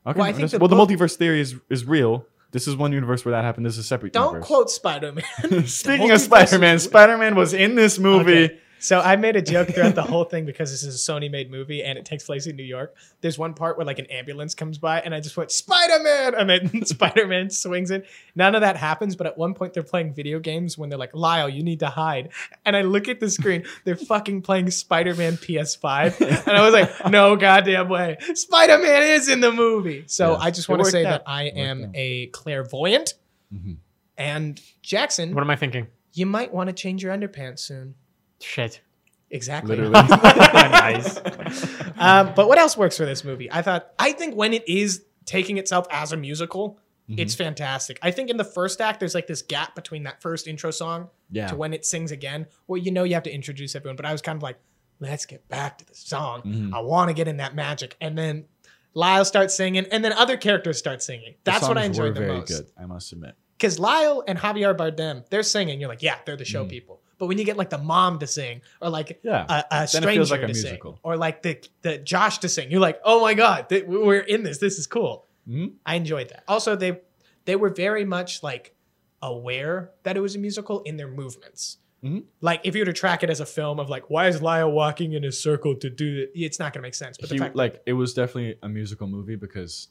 C: okay
A: Well, I think
C: no, that's-
A: the
C: well, the,
A: book-
C: multiverse theory is is real this is one universe where that happened this is a separate
A: Don't
C: universe
A: quote Spider Man.
C: speaking of spider-man spider-man was in this movie
A: Okay. So I made a joke throughout the whole thing because this is a Sony made movie and it takes place in New York. There's one part where like an ambulance comes by and I just went Spider Man and then Spider Man swings in. None of that happens, but at one point they're playing video games when they're like Lyle, you need to hide. And I look at the screen, they're fucking playing Spider Man PS5, and I was like, no goddamn way, Spider Man is in the movie. So
C: Yeah.
A: I just
C: It
A: want to
C: worked
A: say
C: out.
A: that I
C: It worked
A: am
C: out.
A: a clairvoyant
C: Mhm.
A: and Jackson,
B: What am I thinking?
A: you might want to change your underpants soon.
B: Shit.
A: Exactly.
C: literally
B: Nice.
A: Um, but what else works for this movie? I thought. I think when it is taking itself as a musical,
C: Mm-hmm.
A: it's fantastic. I think in the first act, there's like this gap between that first intro song
C: yeah
A: to when it sings again, where you know you have to introduce everyone. But I was kind of like, let's get back to the song.
C: Mhm.
A: I want to get in that magic, and then Lyle starts singing, and then other characters start singing.
C: The
A: That's what I
C: songs were
A: enjoyed the
C: very
A: most
C: good i must admit
A: because Lyle and Javier Bardem, they're singing. You're like, yeah, they're the show
C: Mhm.
A: people. But when you get like the mom to sing, or like
C: Yeah.
A: a, a
C: Then
A: stranger
C: it feels like a
A: to
C: musical.
A: sing, or like the the Josh to sing, you're like, oh my god, th- we're in this. This is cool.
C: Mhm.
A: I enjoyed that. Also, they they were very much like aware that it was a musical in their movements.
C: Mhm.
A: Like if you were to track it as a film of like, why is Lyle walking in a circle to do it? It's not gonna make sense. But
C: he
A: the fact
C: like it was definitely a musical movie because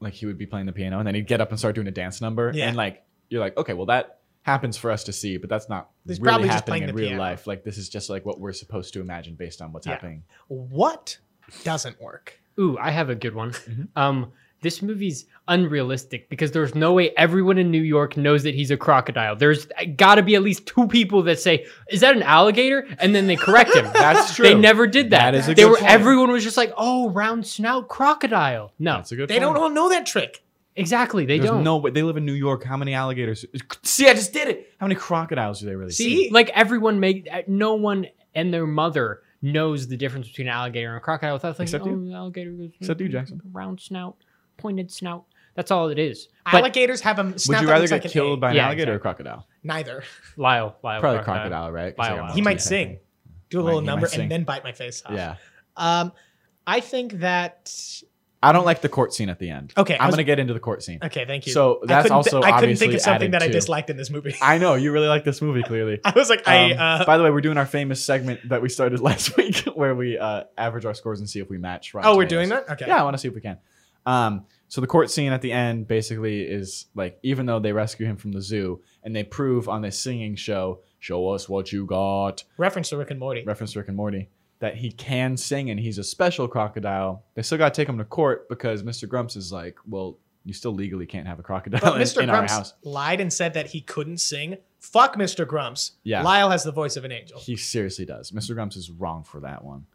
C: like he would be playing the piano and then he'd get up and start doing a dance number
A: Yeah.
C: and like you're like okay well that happens for us to see but that's not
A: He's
C: really
A: probably just
C: happening
A: playing the
C: in real
A: piano.
C: life like this is just like what we're supposed to imagine based on what's
A: Yeah.
C: happening
A: what doesn't work?
B: Ooh, I have a good one.
C: Mm-hmm.
B: Um, this movie's unrealistic because there's no way everyone in New York knows that he's a crocodile. There's got to be at least two people that say, "Is that an alligator?" and then they correct him.
C: that's true
B: They never did that.
C: That is a
B: they
C: good
B: were
C: point.
B: everyone was just like, "Oh, round snout crocodile." No,
C: that's a good
A: They don't
C: point.
A: all know that trick.
B: exactly. They
C: There's
B: don't.
C: no way they live in new york how many alligators see i just did it how many crocodiles do they really see,
A: See,
B: like everyone make uh, no one and their mother knows the difference between an alligator and a crocodile without thinking
C: Except
B: oh,
C: you.
B: the alligator goes
C: Except you, Jackson.
B: round snout pointed snout that's all it is but
A: Alligators have a snout
C: would you
A: that
C: rather
A: looks
C: get
A: like an
C: killed
A: egg.
C: by an
B: Yeah,
C: alligator or crocodile
A: Neither.
B: lyle lyle
C: probably crocodile right 'Cause they
B: Lyle
C: got
B: Lyle.
A: He
C: monsters,
A: might
C: I
A: sing,
C: think.
A: do a
C: Might-
A: little
C: Oh, he
A: number,
C: might sing.
A: and then bite my face off.
C: yeah
B: uh,
A: Um, I think that.
C: i don't like the court scene at the end
A: Okay. I
C: i'm
A: was-
C: gonna get into the court scene
A: Okay. Thank you.
C: So
A: I
C: that's
A: couldn't thi-
C: also
A: I couldn't think
C: obviously
A: of something
C: added
A: that I
C: to-
A: disliked in this movie. I,
C: I know you really like this movie. Clearly,
A: was like, I.
C: Um,
A: Uh,
C: by the way, we're doing our famous segment that we started last week, where we uh, average our scores and see if we match. Rotten
A: oh, we're
C: Tomatoes.
A: doing that. Okay.
C: Yeah, I want to see if we can. Um, So the court scene at the end basically is like, even though they rescue him from the zoo and they prove on this singing show, show us what you got,
A: Reference to Rick and Morty.
C: reference to Rick and Morty, that he can sing and he's a special crocodile. They still got to take him to court because Mr. Grumps is like, well, you still legally can't have a crocodile
A: But
C: in,
A: Mr.
C: in our
A: Grumps
C: house.
A: lied and said that he couldn't sing. Fuck Mr. Grumps.
C: Yeah.
A: Lyle has the voice of an angel.
C: He seriously does. Mr. Grumps is wrong for that one.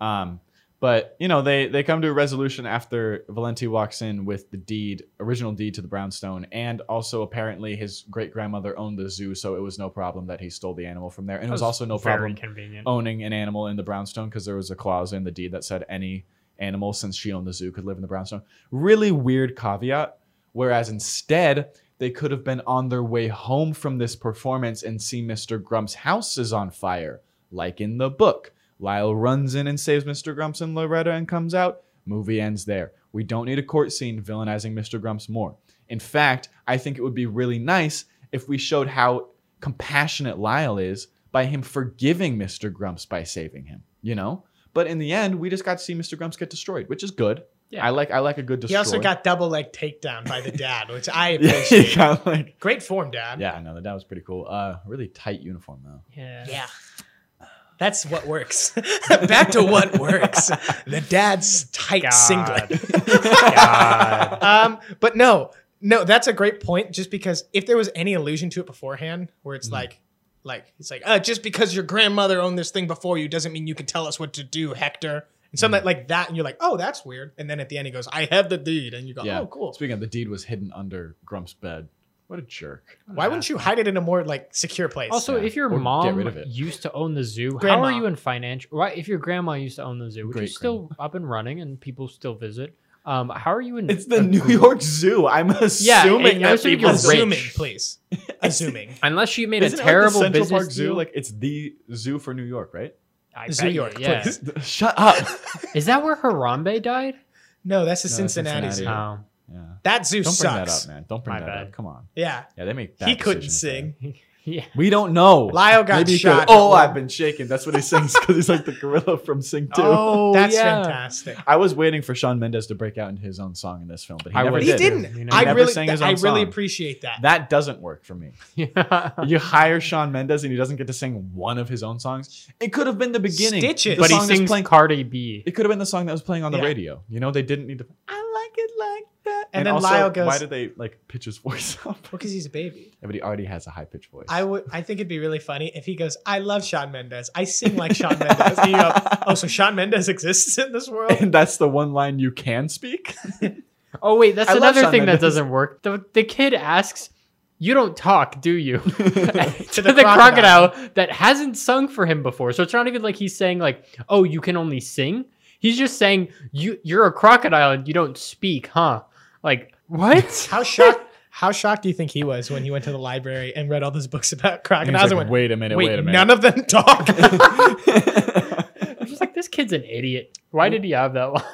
C: Um, but you know, they they come to a resolution after Valenti walks in with the deed, original deed to the brownstone, and also apparently his great grandmother owned the zoo, so it was no problem that he stole the animal from there, and it was,
B: That
C: also no
B: very
C: problem
B: convenient.
C: owning an animal in the brownstone because there was a clause in the deed that said any animal since she owned the zoo could live in the brownstone. Really weird caveat. Whereas instead, they could have been on their way home from this performance and see Mr. Grump's house is on fire, like in the book. Lyle runs in and saves Mr. Grumps and Loretta and comes out. Movie ends there. We don't need a court scene villainizing Mr. Grumps more. In fact, I think it would be really nice if we showed how compassionate Lyle is by him forgiving Mr. Grumps by saving him, you know? But in the end, we just got to see Mr. Grumps get destroyed, which is good.
B: Yeah.
C: I like I like a good destroy.
A: He also got double leg takedown by the dad, which I
C: yeah,
A: appreciate.
C: he got like
A: Great form, dad.
C: Yeah, no, that was pretty cool. Uh really tight uniform though.
B: yeah.
A: Yeah. That's what works. Back to what works. The dad's tight
B: God.
A: singlet.
B: God.
A: um, but no, no, that's a great point. Just because if there was any allusion to it beforehand, where it's
C: Mhm.
A: like, like it's like, uh, just because your grandmother owned this thing before you doesn't mean you can tell us what to do, Hector, and something
C: Hmm.
A: like that, and you're like, oh, that's weird. And then at the end, he goes, I have the deed, and you go,
C: Yeah.
A: oh, cool.
C: Speaking of the deed was hidden under Grumps' bed. What a jerk.
A: Why wouldn't you hide it in a more like secure place?
B: Also,
C: Yeah.
B: if your
C: Or get
B: mom
C: rid of it.
B: used to own the zoo, how
A: Grandma.
B: are you in financial? Right, if your grandma used to own the zoo, which
C: Great
B: is still up and running and people still visit, um, how are you in?
C: It's the
B: a
C: New
B: group-
C: York Zoo. I'm
B: Yeah,
C: assuming
B: and- yeah, I
C: that
B: assume
C: people
B: you're
C: assuming
A: assuming, please, assuming
B: Unless you made
C: Isn't it
B: a
C: like the
B: terrible
C: Central
B: business
C: Park Zoo,
B: deal.
C: like it's the zoo for New York, right?
B: I
A: Zoo
B: bet you-
A: York,
B: yeah.
A: please.
C: Shut up.
B: Is that where Harambe died?
A: no, that's the
C: No,
A: Cincinnati.
C: Cincinnati.
A: Zoo.
C: Yeah.
B: Oh,
C: yeah.
A: That zoo
C: Don't bring that
A: sucks.
C: up, man. Don't bring
B: My
C: that up.
B: bad.
C: Come on.
A: Yeah,
C: Yeah, they make. Bad
A: he couldn't
C: decisions, man.
A: sing.
B: yeah.
C: We don't know.
A: Lyle got
C: Maybe he
A: shot.
C: could- Oh, I've been shaking. That's what he sings because he's like the gorilla from Sing Two.
B: Oh,
A: That's
B: yeah.
A: fantastic.
C: I was waiting for Sean Mendes to break out into his own song in this film, but he
B: I
C: never
B: would.
A: But
C: did.
A: he
B: did.
A: didn't.
B: He
A: I
C: never
A: really,
C: sang his
A: I
C: own
A: really
C: song.
A: appreciate that.
C: That doesn't work for me.
B: Yeah.
C: You hire Sean Mendes and he doesn't get to sing one of his own songs. It could have been the beginning.
A: Stitches.
C: The
B: but he
C: song that's
B: sings
C: playing-
B: Cardi B.
C: It could have been the song that was playing on the
A: Yeah.
C: radio. You know, they didn't need to. I like it like that.
A: And then Lyle goes-
C: Why did they like pitch his voice up?
A: because he's a baby.
C: Yeah, but he already has a high pitched voice.
A: I would. I think it'd be really funny if he goes, "I love Sean Mendes. I sing like Sean Mendes." And you go, "Oh, so Sean Mendes exists in this world?"
C: and that's the one line you can speak.
B: Oh wait, that's
C: I love
B: another
C: Shawn
B: thing that
C: Mendes.
B: doesn't work. The, the kid asks, "You don't talk, do you?" to
A: the
B: the, crocodile. that hasn't sung for him before. So it's not even like he's saying like, "Oh, you can only sing." He's just saying, "You you're a crocodile and you don't speak, huh?" Like what?
A: How shocked? How shocked do you think he was when he went to the library and read all those books about crocodiles and, went,
C: wait a minute,
A: "Wait, none of them talk."
B: I'm just like, this kid's an idiot. Why did he have that line?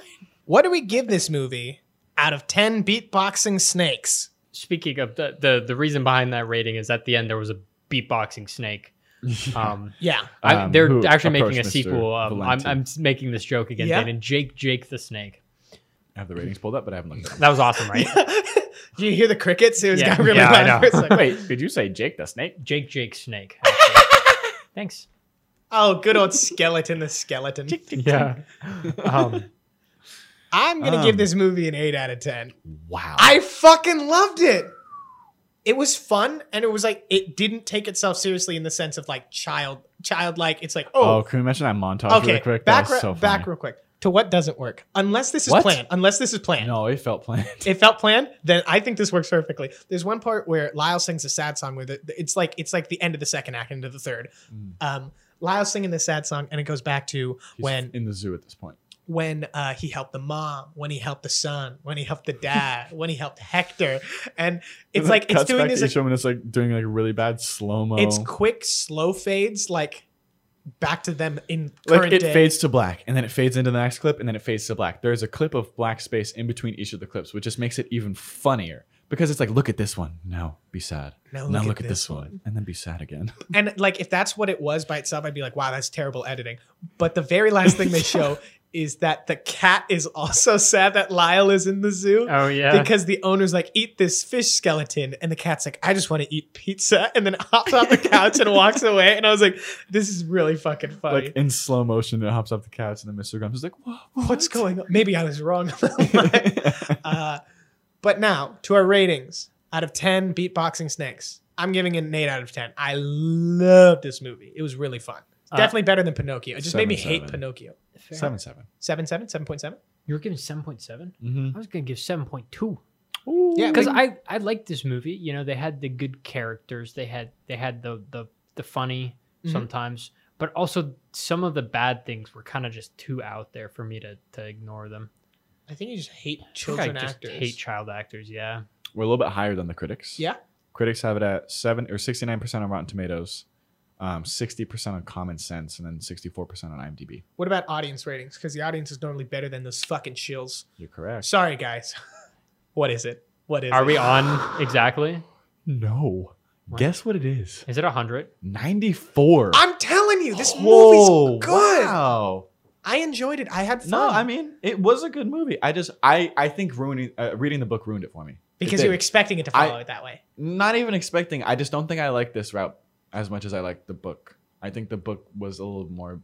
A: what do we give this movie out of ten beatboxing snakes?
B: Speaking of the the the reason behind that rating is at the end there was a beatboxing snake. Um,
A: Yeah,
B: I,
C: Um,
B: they're
C: who
B: actually making a
C: approached Mr.
B: sequel. Um, I'm,
C: Valenti?
B: I'm s- making this joke again,
A: Yeah.
B: Dan, and Jake Jake the Snake.
C: I have the ratings pulled up, but I haven't looked at
B: That was awesome, right?
A: you hear the crickets? It was
B: Yeah.
A: got really
B: Yeah, I
A: loud.
B: know.
A: It's like,
C: Wait, did you say Jake the Snake?
B: Jake Jake Snake. actually. Thanks.
A: Oh, good old skeleton the skeleton.
B: Yeah. Um,
A: I'm gonna give
C: Um.
A: this movie an eight out of ten.
C: Wow.
A: I fucking loved it. It was fun, and it was like it didn't take itself seriously in the sense of like child childlike. It's like
C: oh,
A: oh,
C: can we mention that montage
A: okay,
C: really quick?
A: back
C: that was
A: re-
C: so funny.
A: back real quick to what doesn't work unless this is
C: What?
A: planned. Unless this is planned.
C: No, it felt planned.
A: It felt planned. Then I think this works perfectly. There's one part where Lyle sings a sad song with it. It's like it's like the end of the second act into the third.
C: Mm.
A: Um, Lyle's singing the sad song, and it goes back to
C: He's
A: when
C: in the zoo at this point.
A: when uh, he helped the mom, when he helped the son, when he helped the dad, when he helped Hector, and it's
C: And it
A: like it's
C: cuts
A: doing
C: back
A: this
C: to
A: like,
C: each woman is like doing like really bad slow mo.
A: it's quick slow fades like back to them in current
C: like it
A: day.
C: fades to black and then it fades into the next clip and then it fades to black. There's a clip of black space in between each of the clips, which just makes it even funnier because it's like, look at this one. No, be sad.
A: Now
C: now look at this one. And then be sad again.
A: And like if that's what it was by itself, I'd be like, wow, that's terrible editing. But the very last thing they show is that the cat is also sad that Lyle is in the zoo.
B: Oh yeah.
A: Because the owner's like, eat this fish skeleton. And the cat's like, I just want to eat pizza. And then hops off the couch and walks away. And I was like, this is really fucking funny.
C: Like in slow motion, it hops off the couch, and then Mr. Grumps is like, "Whoa,
A: What's going on? Maybe I was wrong.
C: on?"
A: uh, but now to our ratings. Out of 10 beatboxing snakes, I'm giving it an 8 out of 10. I love this movie. It was really fun.
B: Uh,
A: Definitely better than Pinocchio. It just made me
C: seven,
A: hate
C: seven.
A: Pinocchio.
B: Fair.
C: seven seven.
A: 7, 7, 7.7?
B: You were giving seven point seven.
C: Mm-hmm.
B: I was gonna give seven point two.
A: Yeah,
B: because I I liked this movie. You know, they had the good characters. They had they had the the the funny
C: Mm-hmm.
A: Mhm.
B: sometimes, but also some of the bad things were kind of just too out there for me to to ignore them.
A: I think you just hate
B: I think
A: children
B: I just
A: actors.
B: hate child actors. Yeah,
C: we're a little bit higher than the critics.
A: Yeah.
C: critics have it at seven or sixty nine percent on Rotten Tomatoes, um, sixty percent on Common Sense, and then sixty four percent on IMDb.
A: What about audience ratings? Because the audience is normally better than those fucking shills.
C: You're correct.
A: Sorry, guys. what is it? What is
B: are
A: it?
B: we on exactly?
C: No,
B: What?
C: guess what it is?
B: Is it a hundred?
C: Ninety four.
A: I'm telling you, this movie's good.
C: Wow.
A: I enjoyed it. I had fun.
C: No, I mean it was a good movie. I just I I think ruining uh, reading the book ruined it for me.
A: because
C: It
A: you were
C: did.
A: expecting it to
C: I-
A: follow it that way.
C: not even expecting. I just don't think I like this route as much as I like the book. I think the book was a little more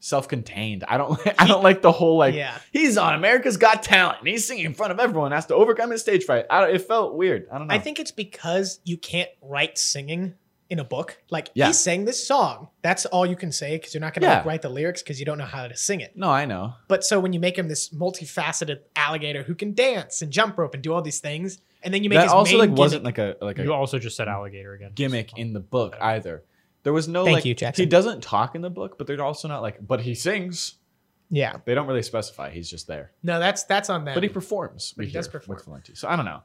C: self-contained. I don't I don't like the whole like
A: yeah.
C: he's on America's Got Talent and he's singing in front of everyone has to overcome his stage fright. I don't, it felt weird. I don't know.
A: I think it's because you can't write singing in a book. Like
C: Yeah.
A: he sang this song. That's all you can say because you're not going to
C: Yeah.
A: like, write the lyrics because you don't know how to sing it.
C: no, I know.
A: But so when you make him this multifaceted alligator who can dance and jump rope and do all these things, and then you make
C: That
A: his
C: also
A: main
C: like
A: gimmick-
C: wasn't like a like a
B: You also just said alligator again.
C: gimmick in the book either. There was no
A: Thank
C: like
A: you, Jackson.
C: he doesn't talk in the book, but they're also not like but he sings.
A: yeah.
C: They don't really specify. He's just there.
A: No, that's that's on them.
C: But he performs.
A: But
C: we
A: he does
C: hear,
A: perform.
C: with Valenti. So I don't know.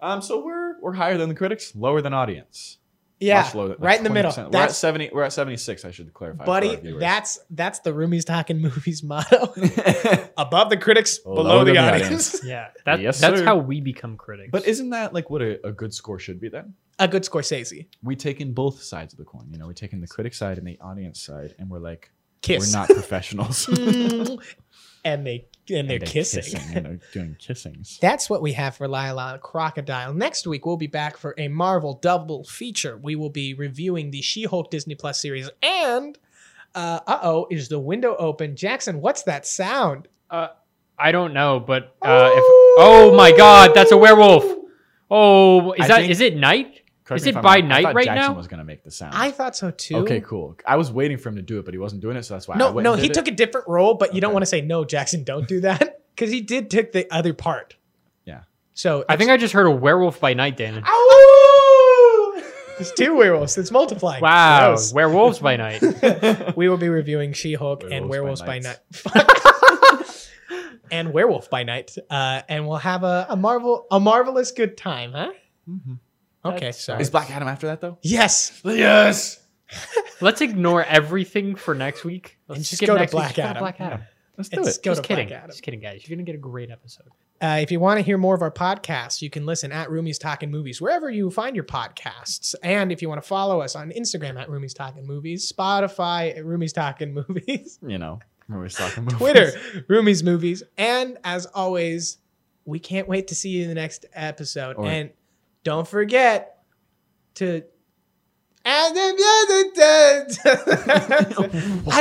C: Um, so we're we're higher than the critics, lower than audience.
A: yeah,
C: Much lower than- like
A: right in the middle.
C: 20%. We're at
A: That's
C: seventy. We're at seventy six. I should clarify, for
A: buddy.
C: our viewers.
A: That's that's the roomies talking movies motto. Above the critics,
C: Below
A: below the,
C: Oh, the
A: audience.
B: Yeah, that,
C: Yes,
B: that's
C: sir.
B: how we become critics.
C: but isn't that like what a, a good score should be then?
A: A good Scorsese
C: We take in both sides of the coin. You know, we take in the critic side and the audience side, and we're like,
A: kiss.
C: we're not professionals.
A: Mm. and they and
C: And
A: they're kissing.
C: and they're doing kissings.
A: That's what we have for Lila Crocodile. Next week, we'll be back for a Marvel double feature. We will be reviewing the She Hulk Disney Plus series. And, uh oh, is the window open? Jackson, what's that sound?
B: I don't know. But uh, if oh my god, that's a werewolf. Oh, is
C: I
B: that is
C: think-
B: it night?
C: Correct
B: Is
C: me
B: it
C: if I'm
B: by
C: wrong. I
B: night
C: thought
B: right
C: Jackson
B: now?
C: Was gonna make the sound.
A: I thought so too.
C: okay, cool. I was waiting for him to do it, but he wasn't doing it, so that's why. I
A: No,
C: went
A: no,
C: and
A: he
C: did it.
A: took a different role, but you don't
C: Okay.
A: want to say, no, Jackson, don't do that. Because he did take the other part.
C: Yeah.
A: So
B: I think I just heard a werewolf by night, Dan.
A: It's two werewolves. It's multiplying.
B: Wow,
A: Gross.
B: werewolves by night.
A: We will be reviewing She Hulk and Werewolves
C: Werewolves by
A: by, Night.
C: Nights.
A: and Werewolf by Night. Uh, and we'll have a, a marvel a marvelous good time, huh?
C: Mhm.
A: Okay,
B: That's-
A: sorry.
C: Is Black Adam after that though?
A: Yes.
C: Yes.
B: Let's ignore everything for next week. Let's
A: And just go to
B: week-
A: Black
B: just go
A: Adam.
B: Black Adam.
C: Let's do
A: Let's
C: it.
A: go
B: just
A: to
B: kidding.
A: Black Adam.
B: Just kidding, guys. You're gonna get a great episode.
A: Uh, if you want to hear more of our podcasts, you can listen at Roomies Talking Movies, wherever you find your podcasts. And if you want to follow us on Instagram at Roomies Talking Movies, Spotify at Roomies Talking Movies.
C: You know, when we're talking movies.
A: Twitter, Roomies Movies. And as always, we can't wait to see you in the next episode.
C: Or-
A: and don't forget to. I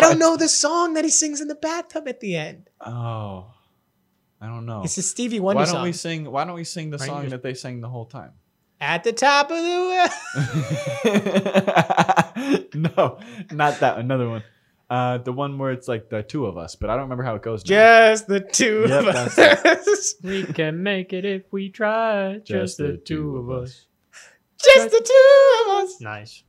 A: don't know the song that he sings in the bathtub at the end.
C: Oh, I don't know.
A: It's a Stevie
C: Oh. Why
A: Wonder
C: don't
A: song.
C: we sing? Why don't we sing the
B: Why don't you
C: song
B: just-
C: that they sang the whole time?
A: At the top of the world.
C: no, not that. Another one. Uh, the one where it's like the two of us, but I don't remember how it goes. now.
A: Just the two
C: Yep,
A: of
C: that's
A: us.
B: We can make it if we try. Just, the, two of us.
A: Just the two of us.
B: Nice.